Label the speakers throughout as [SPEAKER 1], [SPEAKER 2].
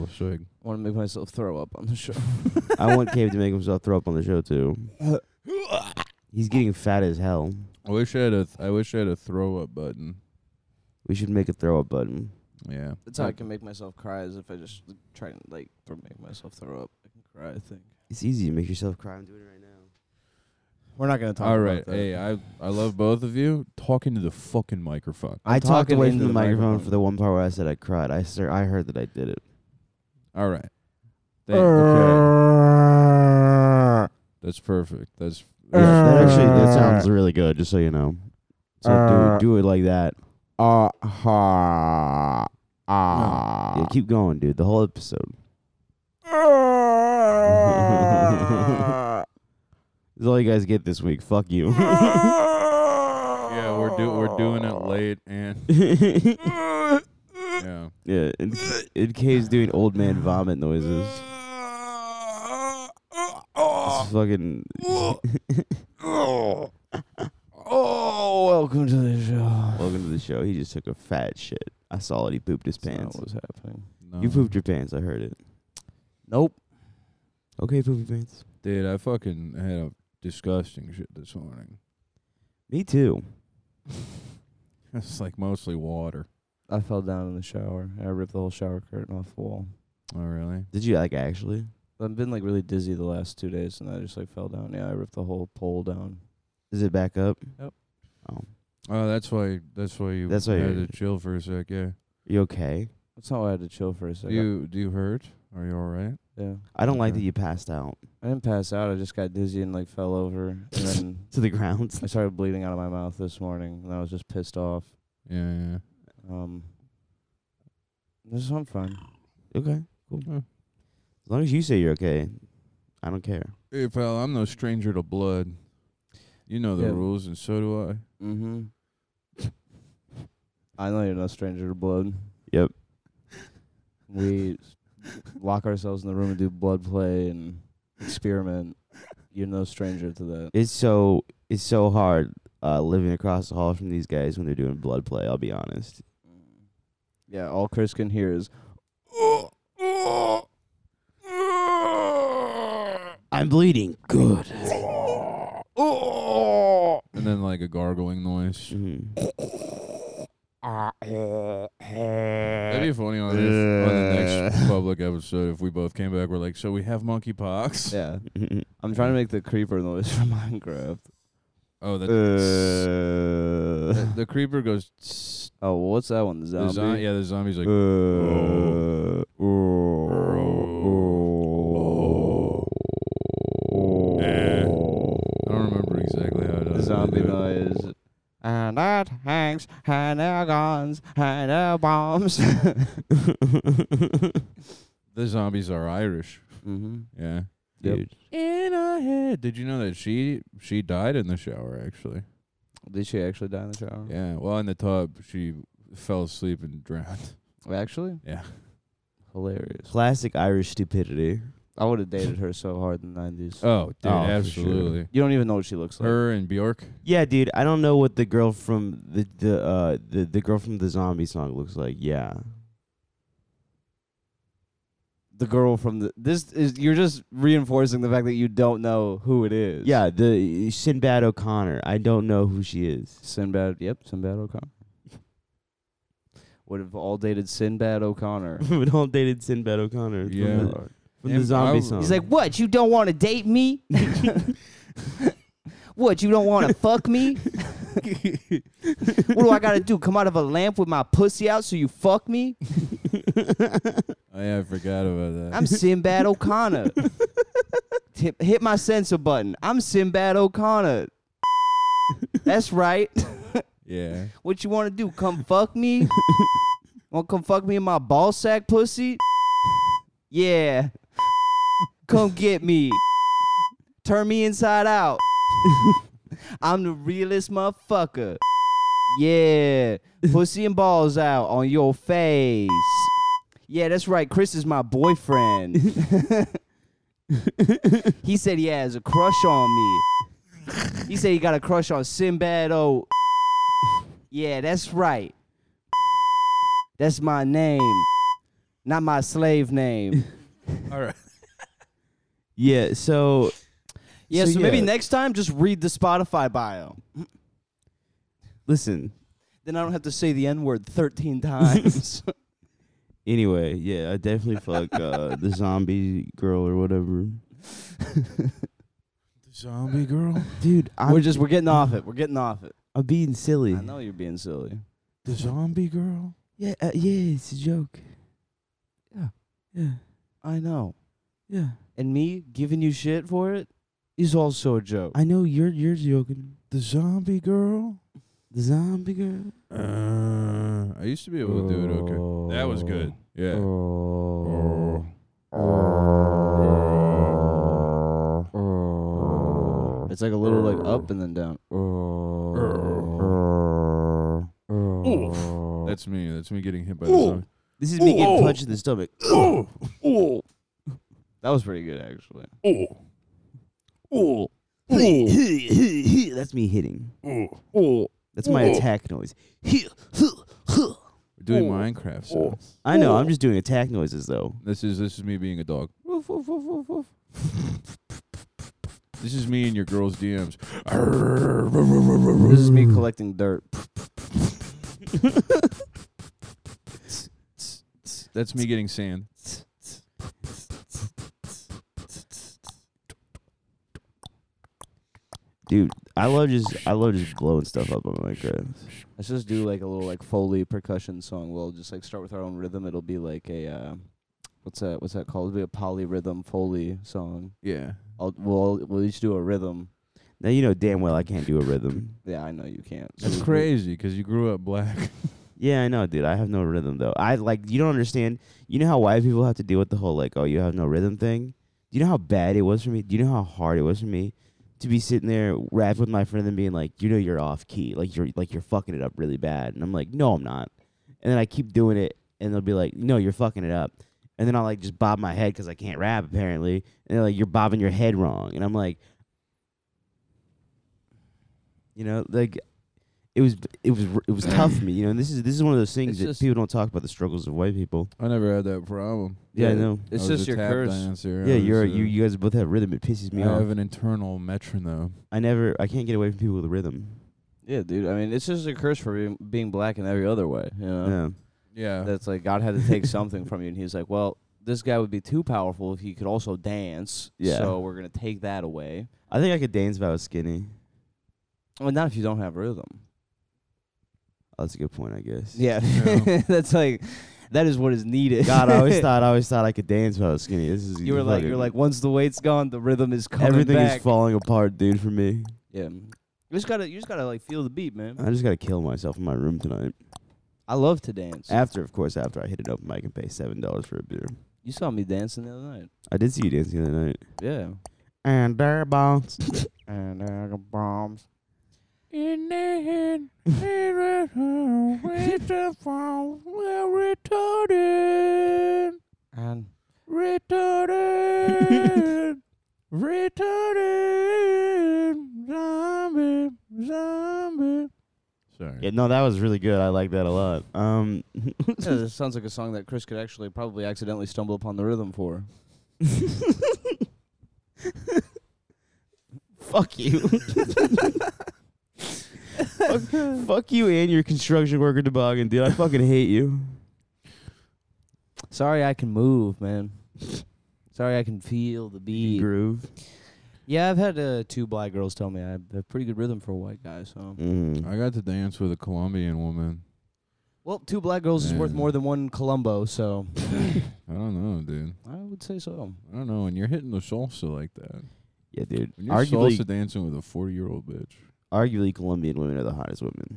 [SPEAKER 1] myself swig.
[SPEAKER 2] I want to make myself throw up on the show.
[SPEAKER 3] I want Cave to make himself throw up on the show too. He's getting fat as hell.
[SPEAKER 1] I wish I had a. Th- I wish I had a throw up button.
[SPEAKER 3] We should make a throw up button.
[SPEAKER 1] Yeah.
[SPEAKER 2] That's how I can make myself cry. Is if I just try and like throw, make myself throw up. I can cry. I think
[SPEAKER 3] It's easy to make yourself cry. I'm doing it right now.
[SPEAKER 2] we're not gonna talk.
[SPEAKER 1] All
[SPEAKER 2] about
[SPEAKER 1] right.
[SPEAKER 2] that.
[SPEAKER 1] Hey, I I love both of you. Talking to the fucking microphone.
[SPEAKER 3] i talked
[SPEAKER 2] talking
[SPEAKER 3] away from
[SPEAKER 2] into
[SPEAKER 3] the,
[SPEAKER 2] the
[SPEAKER 3] microphone,
[SPEAKER 2] microphone.
[SPEAKER 3] for the one part where I said I cried. I sir, I heard that I did it.
[SPEAKER 1] All right.
[SPEAKER 3] Uh.
[SPEAKER 1] Thank- okay. That's perfect. That's
[SPEAKER 3] Yeah, that actually that sounds really good. Just so you know, so do do it like that.
[SPEAKER 4] Uh ha.
[SPEAKER 2] uh,
[SPEAKER 3] Yeah, keep going, dude. The whole episode. This is all you guys get this week. Fuck you.
[SPEAKER 1] yeah. We're do we're doing it late and
[SPEAKER 3] yeah, and, and Kay's doing old man vomit noises. It's fucking
[SPEAKER 2] Oh, welcome to the show.
[SPEAKER 3] welcome to the show. He just took a fat shit. I saw it. He pooped his
[SPEAKER 2] That's not
[SPEAKER 3] pants.
[SPEAKER 2] what's happening.
[SPEAKER 1] No.
[SPEAKER 3] You pooped your pants. I heard it.
[SPEAKER 2] Nope.
[SPEAKER 3] Okay, poopy pants.
[SPEAKER 1] Dude, I fucking had a disgusting shit this morning.
[SPEAKER 3] Me too.
[SPEAKER 1] It's like mostly water.
[SPEAKER 2] I fell down in the shower. I ripped the whole shower curtain off the wall.
[SPEAKER 1] Oh really?
[SPEAKER 3] Did you like actually?
[SPEAKER 2] I've been like really dizzy the last two days, and I just like fell down. Yeah, I ripped the whole pole down.
[SPEAKER 3] Is it back up?
[SPEAKER 2] Yep.
[SPEAKER 3] Oh,
[SPEAKER 1] Oh, that's why. That's why you.
[SPEAKER 3] That's why
[SPEAKER 1] had
[SPEAKER 3] you're-
[SPEAKER 1] to chill for a sec. Yeah.
[SPEAKER 3] you okay?
[SPEAKER 2] That's not why I had to chill for a
[SPEAKER 1] Do
[SPEAKER 2] second.
[SPEAKER 1] you do you hurt? Are you all right?
[SPEAKER 2] yeah,
[SPEAKER 3] I don't like
[SPEAKER 1] Okay.
[SPEAKER 3] that you passed out
[SPEAKER 2] I didn't pass out. I just got dizzy and like fell over, and then
[SPEAKER 3] to the ground.
[SPEAKER 2] I started bleeding out of my mouth this morning, and I was just pissed off.
[SPEAKER 1] Yeah. yeah.
[SPEAKER 2] Um, this is I'm fine.
[SPEAKER 3] Okay, cool.
[SPEAKER 1] Yeah.
[SPEAKER 3] As long as you say you're okay, I don't care.
[SPEAKER 1] Hey, pal, I'm no stranger to blood. You know the
[SPEAKER 2] Yeah.
[SPEAKER 1] rules, and so do I.
[SPEAKER 2] Mm-hmm. I know you're no stranger to blood.
[SPEAKER 3] Yep.
[SPEAKER 2] We s- lock ourselves in the room and do blood play and experiment. You're no stranger to that.
[SPEAKER 3] It's so it's so hard uh, living across the hall from these guys when they're doing blood play. I'll be honest.
[SPEAKER 2] Yeah, all Chris can hear is
[SPEAKER 3] I'm bleeding. Good.
[SPEAKER 1] And then like a gargling noise.
[SPEAKER 3] Uh, Mm-hmm.
[SPEAKER 1] That'd be funny on, this, on the next public episode if we both came back. We're like, so we have monkeypox.
[SPEAKER 2] yeah. I'm trying to make the creeper noise from Minecraft.
[SPEAKER 1] Oh, that
[SPEAKER 3] Uh,
[SPEAKER 1] the creeper goes. tss.
[SPEAKER 2] Oh, well, what's that one? The
[SPEAKER 1] The
[SPEAKER 2] zombie.
[SPEAKER 1] zo- yeah, the zombie's like. "Oh."
[SPEAKER 3] Uh,
[SPEAKER 1] I don't remember exactly how it
[SPEAKER 2] The
[SPEAKER 1] does.
[SPEAKER 2] zombie noise.
[SPEAKER 4] And it hangs, and it guns, and it bombs.
[SPEAKER 2] Mm-hmm.
[SPEAKER 1] The zombies are Irish.
[SPEAKER 2] Mm-hmm.
[SPEAKER 1] Yeah.
[SPEAKER 2] Yep.
[SPEAKER 3] Dude,
[SPEAKER 1] In a head. Did you know that she she died in the shower actually?
[SPEAKER 2] Did she actually die in the shower?
[SPEAKER 1] Yeah. Well, in the tub, she fell asleep and drowned.
[SPEAKER 2] Actually,
[SPEAKER 1] Yeah.
[SPEAKER 2] hilarious.
[SPEAKER 3] classic Irish stupidity.
[SPEAKER 2] I would have dated her so hard in the 90s.
[SPEAKER 1] Oh, dude,
[SPEAKER 3] Oh, for sure.
[SPEAKER 1] absolutely.
[SPEAKER 2] you don't even know what she looks like.
[SPEAKER 1] Her and Bjork.
[SPEAKER 3] Yeah, dude, I don't know what the girl from the the uh the, the girl from the zombie song looks like. Yeah.
[SPEAKER 2] the girl from the this is you're just reinforcing the fact that you don't know who it is.
[SPEAKER 3] Yeah, the Sinbad O'Connor. I don't know who she is.
[SPEAKER 2] Sinbad. Yep, Sinbad O'Connor. Would have all dated Sinbad O'Connor.
[SPEAKER 3] we all dated Sinbad O'Connor. from
[SPEAKER 1] Yeah.
[SPEAKER 3] the- From the,
[SPEAKER 1] And
[SPEAKER 3] zombie
[SPEAKER 1] I-
[SPEAKER 3] song.
[SPEAKER 2] He's like, what? You don't want to date me? what? You don't want to fuck me? what do I gotta do? Come out of a lamp with my pussy out so you fuck me?
[SPEAKER 1] Oh, yeah, I forgot about that.
[SPEAKER 2] I'm Sinbad O'Connor. Hit, hit my censor button. I'm Sinbad O'Connor. That's right.
[SPEAKER 1] yeah.
[SPEAKER 2] What you want to do? Come fuck me? want to come fuck me in my ball sack pussy? Yeah. Come get me. Turn me inside out. I'm the realest motherfucker. Yeah. Pussy and balls out on your face. Yeah, that's right. Chris is my boyfriend. he said he has a crush on me. He said he got a crush on Sinbad O. Yeah, that's right. That's my name. not my slave name.
[SPEAKER 1] All right.
[SPEAKER 3] Yeah. So
[SPEAKER 2] yeah, so,
[SPEAKER 3] So,
[SPEAKER 2] maybe
[SPEAKER 3] yeah.
[SPEAKER 2] next time just read the Spotify bio.
[SPEAKER 3] listen.
[SPEAKER 2] Then I don't have to say the N word 13 times.
[SPEAKER 3] Anyway, yeah, I definitely fuck uh, the zombie girl or whatever.
[SPEAKER 1] Zombie girl.
[SPEAKER 3] Dude, I'm,
[SPEAKER 2] we're just we're getting off it. We're getting off it.
[SPEAKER 3] I'm being silly.
[SPEAKER 2] I know you're being silly.
[SPEAKER 1] The zombie girl.
[SPEAKER 3] Yeah, uh, yeah, it's a joke. Yeah, yeah,
[SPEAKER 2] I know.
[SPEAKER 3] yeah.
[SPEAKER 2] And me giving you shit for it is also a joke.
[SPEAKER 3] I know you're you're joking.
[SPEAKER 1] The zombie girl.
[SPEAKER 3] The zombie girl.
[SPEAKER 1] Uh, I used to be able to do it. Okay, that was good. Yeah.
[SPEAKER 3] Oh.
[SPEAKER 2] It's like a little like up and then down.
[SPEAKER 1] That's me. That's me getting hit by the zombie.
[SPEAKER 3] This is me getting punched in the stomach.
[SPEAKER 2] That was pretty good actually.
[SPEAKER 3] That's me hitting. That's my attack noise.
[SPEAKER 1] We're doing Minecraft stuff.
[SPEAKER 3] I know. I'm just doing attack noises though.
[SPEAKER 1] This is this is me being a dog. Woof, woof, woof, woof, woof. This is me and your girl's DMs.
[SPEAKER 2] This is me collecting dirt.
[SPEAKER 1] That's me getting sand.
[SPEAKER 3] Dude, I love just I love just blowing stuff up on Minecraft.
[SPEAKER 2] Let's just do like a little like Foley percussion song. We'll just like start with our own rhythm. It'll be like a uh, what's that? What's that called? It'll be a polyrhythm Foley song.
[SPEAKER 1] Yeah.
[SPEAKER 2] I'll, we'll we'll each do a rhythm.
[SPEAKER 3] Now you know damn well I can't do a rhythm.
[SPEAKER 2] Yeah, I know you can't. So
[SPEAKER 1] That's
[SPEAKER 2] we-
[SPEAKER 1] crazy because you grew up black.
[SPEAKER 3] Yeah, I know, dude. I have no rhythm though. I like you don't understand. You know how white people have to deal with the whole like, oh, you have no rhythm thing. Do you know how bad it was for me? Do you know how hard it was for me to be sitting there rapping with my friend and being like, you know, you're off key, like you're like you're fucking it up really bad, and I'm like, no, I'm not. And then I keep doing it, and they'll be like, no, you're fucking it up. And then I'll like just bob my head because I can't rap apparently, and they're like, you're bobbing your head wrong, and I'm like, you know, like it was it was it was tough for me, you know. And this is this is one of those things
[SPEAKER 2] It's
[SPEAKER 3] that
[SPEAKER 2] just-
[SPEAKER 3] people don't talk about the struggles of white people.
[SPEAKER 1] I never had that problem.
[SPEAKER 3] Yeah, I
[SPEAKER 2] Yeah.
[SPEAKER 3] know.
[SPEAKER 2] It's
[SPEAKER 1] I was
[SPEAKER 2] just
[SPEAKER 1] a
[SPEAKER 2] your
[SPEAKER 1] tap
[SPEAKER 2] curse.
[SPEAKER 1] dancer. I
[SPEAKER 3] Yeah,
[SPEAKER 1] was
[SPEAKER 3] you're
[SPEAKER 1] a-
[SPEAKER 3] you you guys both have rhythm. It pisses me
[SPEAKER 1] I
[SPEAKER 3] off.
[SPEAKER 1] have an internal metronome.
[SPEAKER 3] I never I can't get away from people with rhythm.
[SPEAKER 2] Yeah, dude. I mean, it's just a curse for being, being black in every other way. You know,
[SPEAKER 3] Yeah.
[SPEAKER 1] Yeah.
[SPEAKER 2] that's like God had to take something from you, and He's like, well, this guy would be too powerful if he could also dance.
[SPEAKER 3] Yeah.
[SPEAKER 2] So we're gonna take that away.
[SPEAKER 3] I think I could dance if I was skinny.
[SPEAKER 2] Well, not if you don't have rhythm.
[SPEAKER 3] Oh, that's a good point, I guess.
[SPEAKER 2] Yeah,
[SPEAKER 1] Yeah.
[SPEAKER 2] that's like that is what is needed.
[SPEAKER 3] God, I always thought I always thought I could dance if I was skinny. This is
[SPEAKER 2] you were like, you're
[SPEAKER 3] fucking-
[SPEAKER 2] like, once the weight's gone, the rhythm is coming
[SPEAKER 3] everything
[SPEAKER 2] back.
[SPEAKER 3] is falling apart, dude. For me,
[SPEAKER 2] yeah, you just gotta, you just gotta like feel the beat, man.
[SPEAKER 3] I just gotta kill myself in my room tonight.
[SPEAKER 2] I love to dance.
[SPEAKER 3] After, of course, after I hit an open mic and pay seven dollars for a beer.
[SPEAKER 2] You saw me dancing the other night.
[SPEAKER 3] I did see you dancing the other night.
[SPEAKER 2] Yeah.
[SPEAKER 4] And there bombs. and there bombs.
[SPEAKER 1] In the hand, waiting for we're retarded,
[SPEAKER 2] And
[SPEAKER 1] retarded, retarded, zombie, zombie. Sorry.
[SPEAKER 3] Yeah, no, that was really good. I like that a lot. Um,
[SPEAKER 2] yeah, this sounds like a song that Chris could actually probably accidentally stumble upon the rhythm for.
[SPEAKER 3] fuck you. fuck, fuck you and your construction worker toboggan, dude. I fucking hate you.
[SPEAKER 2] Sorry, I can move, man. Sorry, I can feel the beat.
[SPEAKER 3] Groove.
[SPEAKER 2] Yeah, I've had uh, two black girls tell me I have a pretty good rhythm for a white guy. So,
[SPEAKER 3] Mm.
[SPEAKER 1] I got to dance with a Colombian woman.
[SPEAKER 2] well, two black girls is worth
[SPEAKER 1] Yeah.
[SPEAKER 2] more than one Columbo. So,
[SPEAKER 1] I don't know, dude.
[SPEAKER 2] I would say so.
[SPEAKER 1] I don't know. And you're hitting the salsa like that.
[SPEAKER 3] Yeah, dude.
[SPEAKER 1] When you're
[SPEAKER 3] Arguably,
[SPEAKER 1] salsa dancing with a 40 year old bitch.
[SPEAKER 3] arguably, Colombian women are the hottest women.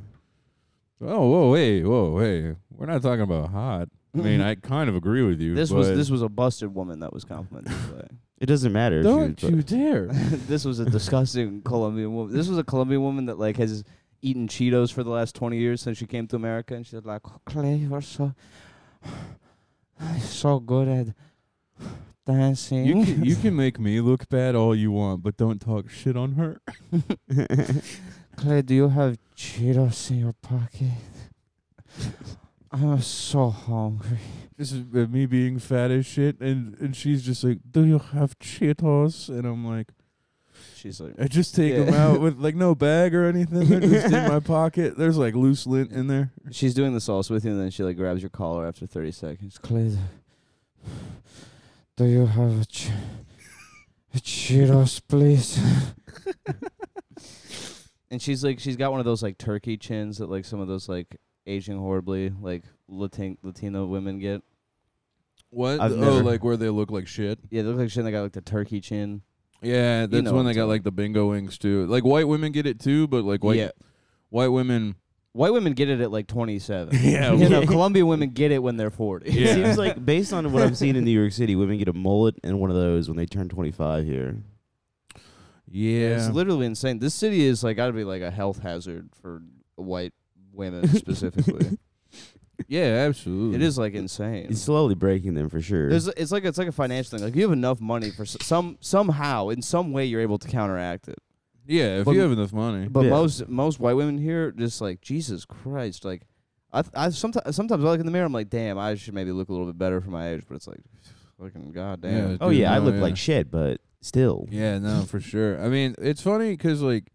[SPEAKER 1] Oh, whoa, hey, whoa, hey. We're not talking about hot. I mean, I kind of agree with you.
[SPEAKER 2] Mm-hmm. This was
[SPEAKER 1] but
[SPEAKER 2] this was a busted woman that was complimented. but
[SPEAKER 3] It doesn't matter. if
[SPEAKER 1] Don't
[SPEAKER 3] you-
[SPEAKER 1] you dare.
[SPEAKER 2] this was a disgusting Colombian woman. This was a Colombian woman that like has eaten Cheetos for the last twenty years since she came to America, and she's like,
[SPEAKER 4] Clay, you're so, so good at dancing.
[SPEAKER 1] You can, you can make me look bad all you want, but don't talk shit on her.
[SPEAKER 4] Clay, do you have Cheetos in your pocket? I'm so hungry.
[SPEAKER 1] This is uh, me being fat as shit, and and she's just like, "Do you have Cheetos?" And I'm like,
[SPEAKER 2] She's like,
[SPEAKER 1] I just take
[SPEAKER 2] Yeah.
[SPEAKER 1] them out with like no bag or anything. They're just in my pocket. There's like loose lint in there.
[SPEAKER 2] she's doing the sauce with you, and then she like grabs your collar after 30 seconds.
[SPEAKER 4] Clyde, do you have a, che- a Cheetos, please?
[SPEAKER 2] And she's like, she's got one of those like turkey chins that like some of those like aging horribly like Latin Latino women get.
[SPEAKER 1] What?
[SPEAKER 3] I've
[SPEAKER 1] oh,
[SPEAKER 3] never-
[SPEAKER 1] like where they look like shit.
[SPEAKER 2] Yeah, they look like shit. They got like the turkey chin.
[SPEAKER 1] Yeah, that's
[SPEAKER 2] know what
[SPEAKER 1] when
[SPEAKER 2] I'm
[SPEAKER 1] they got
[SPEAKER 2] talking
[SPEAKER 1] like the bingo wings too. Like white women get it too, but like white
[SPEAKER 2] Yeah.
[SPEAKER 1] white women.
[SPEAKER 2] White women get it at like 27.
[SPEAKER 1] Yeah,
[SPEAKER 2] you know, Colombian women get it when they're 40.
[SPEAKER 1] Yeah.
[SPEAKER 3] It seems like, based on what I'm seeing in New York City, women get a mullet and one of those when they turn 25 here.
[SPEAKER 1] Yeah,
[SPEAKER 2] It's literally insane. This city is like gotta be like a health hazard for white women specifically.
[SPEAKER 1] yeah, absolutely.
[SPEAKER 2] it is like insane.
[SPEAKER 3] It's slowly breaking them for sure.
[SPEAKER 2] There's, it's like it's like a financial thing. Like you have enough money for s- some somehow in some way you're able to counteract it.
[SPEAKER 1] Yeah, if
[SPEAKER 2] But-
[SPEAKER 1] you have enough money.
[SPEAKER 2] But
[SPEAKER 3] Yeah.
[SPEAKER 2] most most white women here just like Jesus Christ. Like I th- I sometimes sometimes I look in the mirror. I'm like, damn, I should maybe look a little bit better for my age. But it's like, fucking goddamn.
[SPEAKER 1] Yeah,
[SPEAKER 3] oh,
[SPEAKER 1] dude,
[SPEAKER 3] yeah, I
[SPEAKER 1] no,
[SPEAKER 3] look
[SPEAKER 1] yeah.
[SPEAKER 3] like shit, but still.
[SPEAKER 1] Yeah, no, for sure. I mean, it's funny 'cause like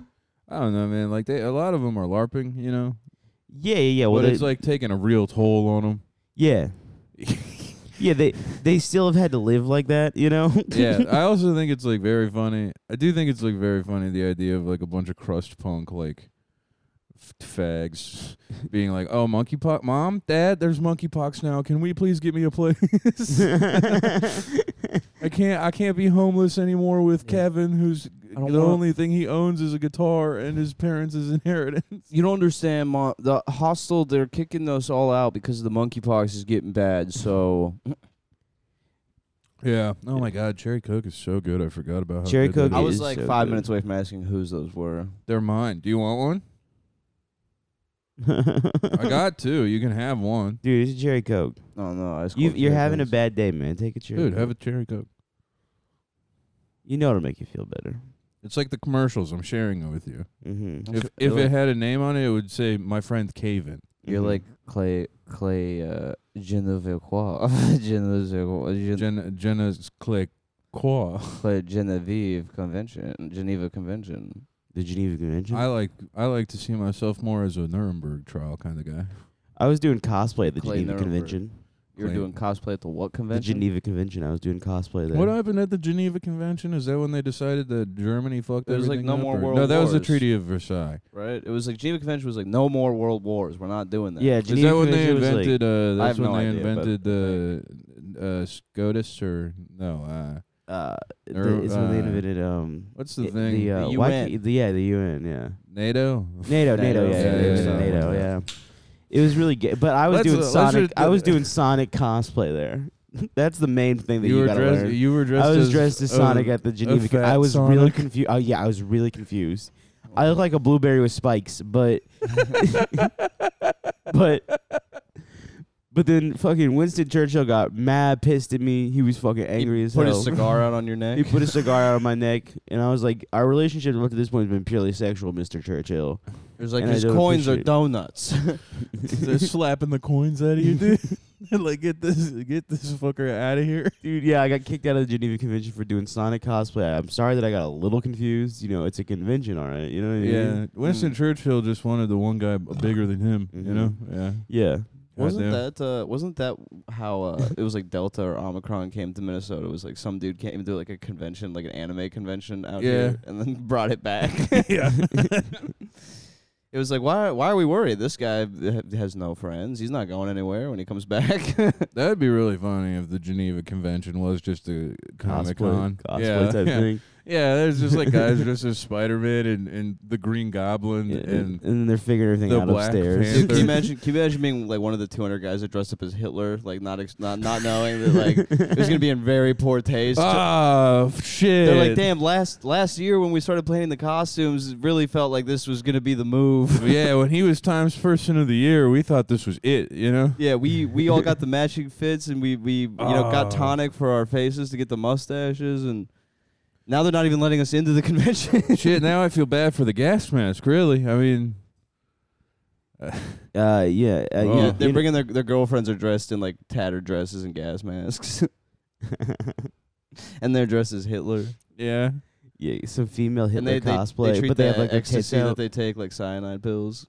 [SPEAKER 1] I don't know, man. Like they, a lot of them are larping, you know.
[SPEAKER 3] Yeah, yeah, yeah. Well,
[SPEAKER 1] but
[SPEAKER 3] they,
[SPEAKER 1] it's like taking a real toll on them.
[SPEAKER 3] yeah. yeah, they they still have had to live like that, you know?
[SPEAKER 1] yeah, I also think it's like very funny. I do think it's like very funny the idea of like a bunch of crust punk like f- fags being like, "Oh, monkeypox, mom, dad, there's monkeypox now. Can we please get me a place? I can't, I can't be homeless anymore with
[SPEAKER 2] Yeah.
[SPEAKER 1] Kevin, who's the
[SPEAKER 2] don't wanna-
[SPEAKER 1] only thing he owns is a guitar and his parents' inheritance.
[SPEAKER 2] You don't understand, mom. The hostel they're kicking us all out because the monkeypox is getting bad. So
[SPEAKER 1] Yeah. Oh my God, cherry coke is so good. I forgot about how
[SPEAKER 3] Cherry
[SPEAKER 1] good that
[SPEAKER 3] Coke
[SPEAKER 2] I
[SPEAKER 3] It
[SPEAKER 1] is.
[SPEAKER 2] was
[SPEAKER 3] is
[SPEAKER 2] like
[SPEAKER 3] so
[SPEAKER 2] five
[SPEAKER 3] good.
[SPEAKER 2] minutes away from asking whose those were.
[SPEAKER 1] They're mine. Do you want one? I
[SPEAKER 3] I
[SPEAKER 1] got two. You can have one.
[SPEAKER 3] Dude, it's a cherry coke.
[SPEAKER 2] Oh no, I was
[SPEAKER 3] You,
[SPEAKER 2] called
[SPEAKER 3] you're
[SPEAKER 2] Cherry
[SPEAKER 3] having a
[SPEAKER 2] Cokes.
[SPEAKER 3] bad day, man. Take a cherry.
[SPEAKER 1] Dude,
[SPEAKER 3] coke.
[SPEAKER 1] have a cherry coke.
[SPEAKER 3] You know it'll make you feel better.
[SPEAKER 1] It's like the commercials. I'm sharing it with you.
[SPEAKER 3] Mm-hmm.
[SPEAKER 1] If
[SPEAKER 2] Okay.
[SPEAKER 1] if
[SPEAKER 2] Really?
[SPEAKER 1] it had a name on it, it would say my friend Caven.
[SPEAKER 2] You're
[SPEAKER 3] Mm-hmm.
[SPEAKER 2] like Clay Clay uh, Genevieve Genevieve
[SPEAKER 1] Jenna Jenna's click qua.
[SPEAKER 2] Clay Genevieve Convention Geneva Convention.
[SPEAKER 3] the Geneva Convention.
[SPEAKER 1] I
[SPEAKER 3] I,
[SPEAKER 1] like I like to see myself more as a Nuremberg trial kind of guy.
[SPEAKER 3] was doing cosplay at the
[SPEAKER 2] Clay
[SPEAKER 3] Geneva
[SPEAKER 2] Nuremberg.
[SPEAKER 3] Convention.
[SPEAKER 2] You were
[SPEAKER 1] Clay-
[SPEAKER 2] doing cosplay at the what
[SPEAKER 3] The
[SPEAKER 2] convention?
[SPEAKER 3] Geneva Convention. I was doing cosplay there.
[SPEAKER 1] What happened at the Geneva Convention? Is that when they decided that Germany fucked
[SPEAKER 2] There was, like,
[SPEAKER 1] everything
[SPEAKER 2] no
[SPEAKER 1] up,
[SPEAKER 2] more
[SPEAKER 1] or-
[SPEAKER 2] world
[SPEAKER 1] No, that was the
[SPEAKER 2] wars.
[SPEAKER 1] Treaty of Versailles.
[SPEAKER 2] Right. It was like Geneva Convention was like no more world wars. We're not doing that.
[SPEAKER 3] yeah,
[SPEAKER 1] Is
[SPEAKER 3] Geneva
[SPEAKER 1] that when they
[SPEAKER 3] Convention was
[SPEAKER 1] invented? uh,
[SPEAKER 2] I
[SPEAKER 1] that's
[SPEAKER 2] have
[SPEAKER 1] when
[SPEAKER 2] no
[SPEAKER 1] they
[SPEAKER 2] idea, but-
[SPEAKER 1] invented the uh, SCOTUS or no? Uh,
[SPEAKER 3] like, uh, the,
[SPEAKER 1] Or,
[SPEAKER 3] it's when they
[SPEAKER 1] uh,
[SPEAKER 3] invented um
[SPEAKER 1] what's the
[SPEAKER 3] i-
[SPEAKER 1] thing?
[SPEAKER 3] The, uh,
[SPEAKER 2] The
[SPEAKER 3] why
[SPEAKER 2] UN.
[SPEAKER 3] can't- the yeah the UN yeah
[SPEAKER 1] NATO.
[SPEAKER 3] NATO NATO
[SPEAKER 2] NATO,
[SPEAKER 3] yeah,
[SPEAKER 1] yeah,
[SPEAKER 3] they
[SPEAKER 1] yeah,
[SPEAKER 3] invented
[SPEAKER 1] yeah.
[SPEAKER 3] NATO yeah. It was really good, but I was
[SPEAKER 1] Let's,
[SPEAKER 3] doing
[SPEAKER 1] uh, let's
[SPEAKER 3] Sonic.
[SPEAKER 1] just-
[SPEAKER 3] I was doing Sonic cosplay there. That's the main thing that you,
[SPEAKER 1] you were
[SPEAKER 3] gotta
[SPEAKER 1] dressed.
[SPEAKER 3] learn.
[SPEAKER 1] You were dressed.
[SPEAKER 3] I was
[SPEAKER 1] as,
[SPEAKER 3] dressed as
[SPEAKER 1] uh,
[SPEAKER 3] Sonic at the Geneva. Con-
[SPEAKER 1] fat
[SPEAKER 3] I was really
[SPEAKER 1] Sonic.
[SPEAKER 3] confused. Oh yeah, I was really confused. I look like a blueberry with spikes, but but but then fucking Winston Churchill got mad pissed at me. He was fucking
[SPEAKER 2] He
[SPEAKER 3] angry as
[SPEAKER 2] put
[SPEAKER 3] hell.
[SPEAKER 2] his cigar out on your neck.
[SPEAKER 3] he put a cigar out of my neck, and I was like, "Our relationship up to this point has been purely sexual, Mister Churchill."
[SPEAKER 2] There's like
[SPEAKER 3] and I
[SPEAKER 2] his
[SPEAKER 3] don't
[SPEAKER 2] coins are
[SPEAKER 3] appreciate it.
[SPEAKER 2] donuts.
[SPEAKER 1] They're slapping the coins out of you, dude. like get this get this fucker out of here.
[SPEAKER 3] Dude, yeah, I got kicked out of the Geneva Convention for doing Sonic cosplay. I'm sorry that I got a little confused. You know, it's a convention, all right. You know what I mean?
[SPEAKER 1] Yeah, Winston
[SPEAKER 3] Mm.
[SPEAKER 1] Churchill just wanted the one guy b- bigger than him. You
[SPEAKER 3] Mhm.
[SPEAKER 1] know? Yeah.
[SPEAKER 3] Yeah.
[SPEAKER 2] wasn't
[SPEAKER 1] Goddamn.
[SPEAKER 2] that uh, wasn't that how uh, it was like Delta or Omicron came to Minnesota? It was like some dude came to like a convention, like an anime convention out
[SPEAKER 1] Yeah.
[SPEAKER 2] here, and then brought it back. yeah. it was like why why are we worried? This guy ha- has no friends. He's not going anywhere when he comes back.
[SPEAKER 1] That'd be really funny if the Geneva Convention was just a comic con.
[SPEAKER 3] Cosplay, cosplay
[SPEAKER 1] yeah.
[SPEAKER 3] type
[SPEAKER 1] yeah.
[SPEAKER 3] thing.
[SPEAKER 1] Yeah, there's just like guys dressed as Spider Man and, and the Green Goblin
[SPEAKER 3] Yeah,
[SPEAKER 1] and
[SPEAKER 3] and, then they're figuring everything
[SPEAKER 1] the
[SPEAKER 3] out
[SPEAKER 1] Black
[SPEAKER 3] upstairs.
[SPEAKER 2] Dude, can you
[SPEAKER 1] Panther.
[SPEAKER 2] imagine? Can you imagine being like one of the 200 guys that dressed up as Hitler, like not ex- not not knowing that like it was gonna be in very poor taste.
[SPEAKER 1] ah shit.
[SPEAKER 2] They're like, damn, last last year when we started planning the costumes, it really felt like this was gonna be the move.
[SPEAKER 1] yeah, when he was Times Person of the Year, we thought this was it. You know?
[SPEAKER 2] Yeah, we we all got the matching fits, and we we you know
[SPEAKER 1] Oh.
[SPEAKER 2] got tonic for our faces to get the mustaches, and now they're not even letting us into the convention.
[SPEAKER 1] Shit, now I feel bad for the gas mask, really. I mean,
[SPEAKER 3] Uh, yeah. Uh,
[SPEAKER 1] Oh. Yeah,
[SPEAKER 3] you-
[SPEAKER 2] Yeah,
[SPEAKER 1] they're
[SPEAKER 2] they're
[SPEAKER 3] you-
[SPEAKER 2] bringing their their girlfriends are dressed in like tattered dresses and gas masks, and their dress is Hitler.
[SPEAKER 1] Yeah.
[SPEAKER 3] yeah, some female Hitler
[SPEAKER 2] and they,
[SPEAKER 3] cosplay,
[SPEAKER 2] they, they treat
[SPEAKER 3] but they have
[SPEAKER 2] that
[SPEAKER 3] like their tits
[SPEAKER 2] ecstasy
[SPEAKER 3] out.
[SPEAKER 2] that they take like cyanide pills.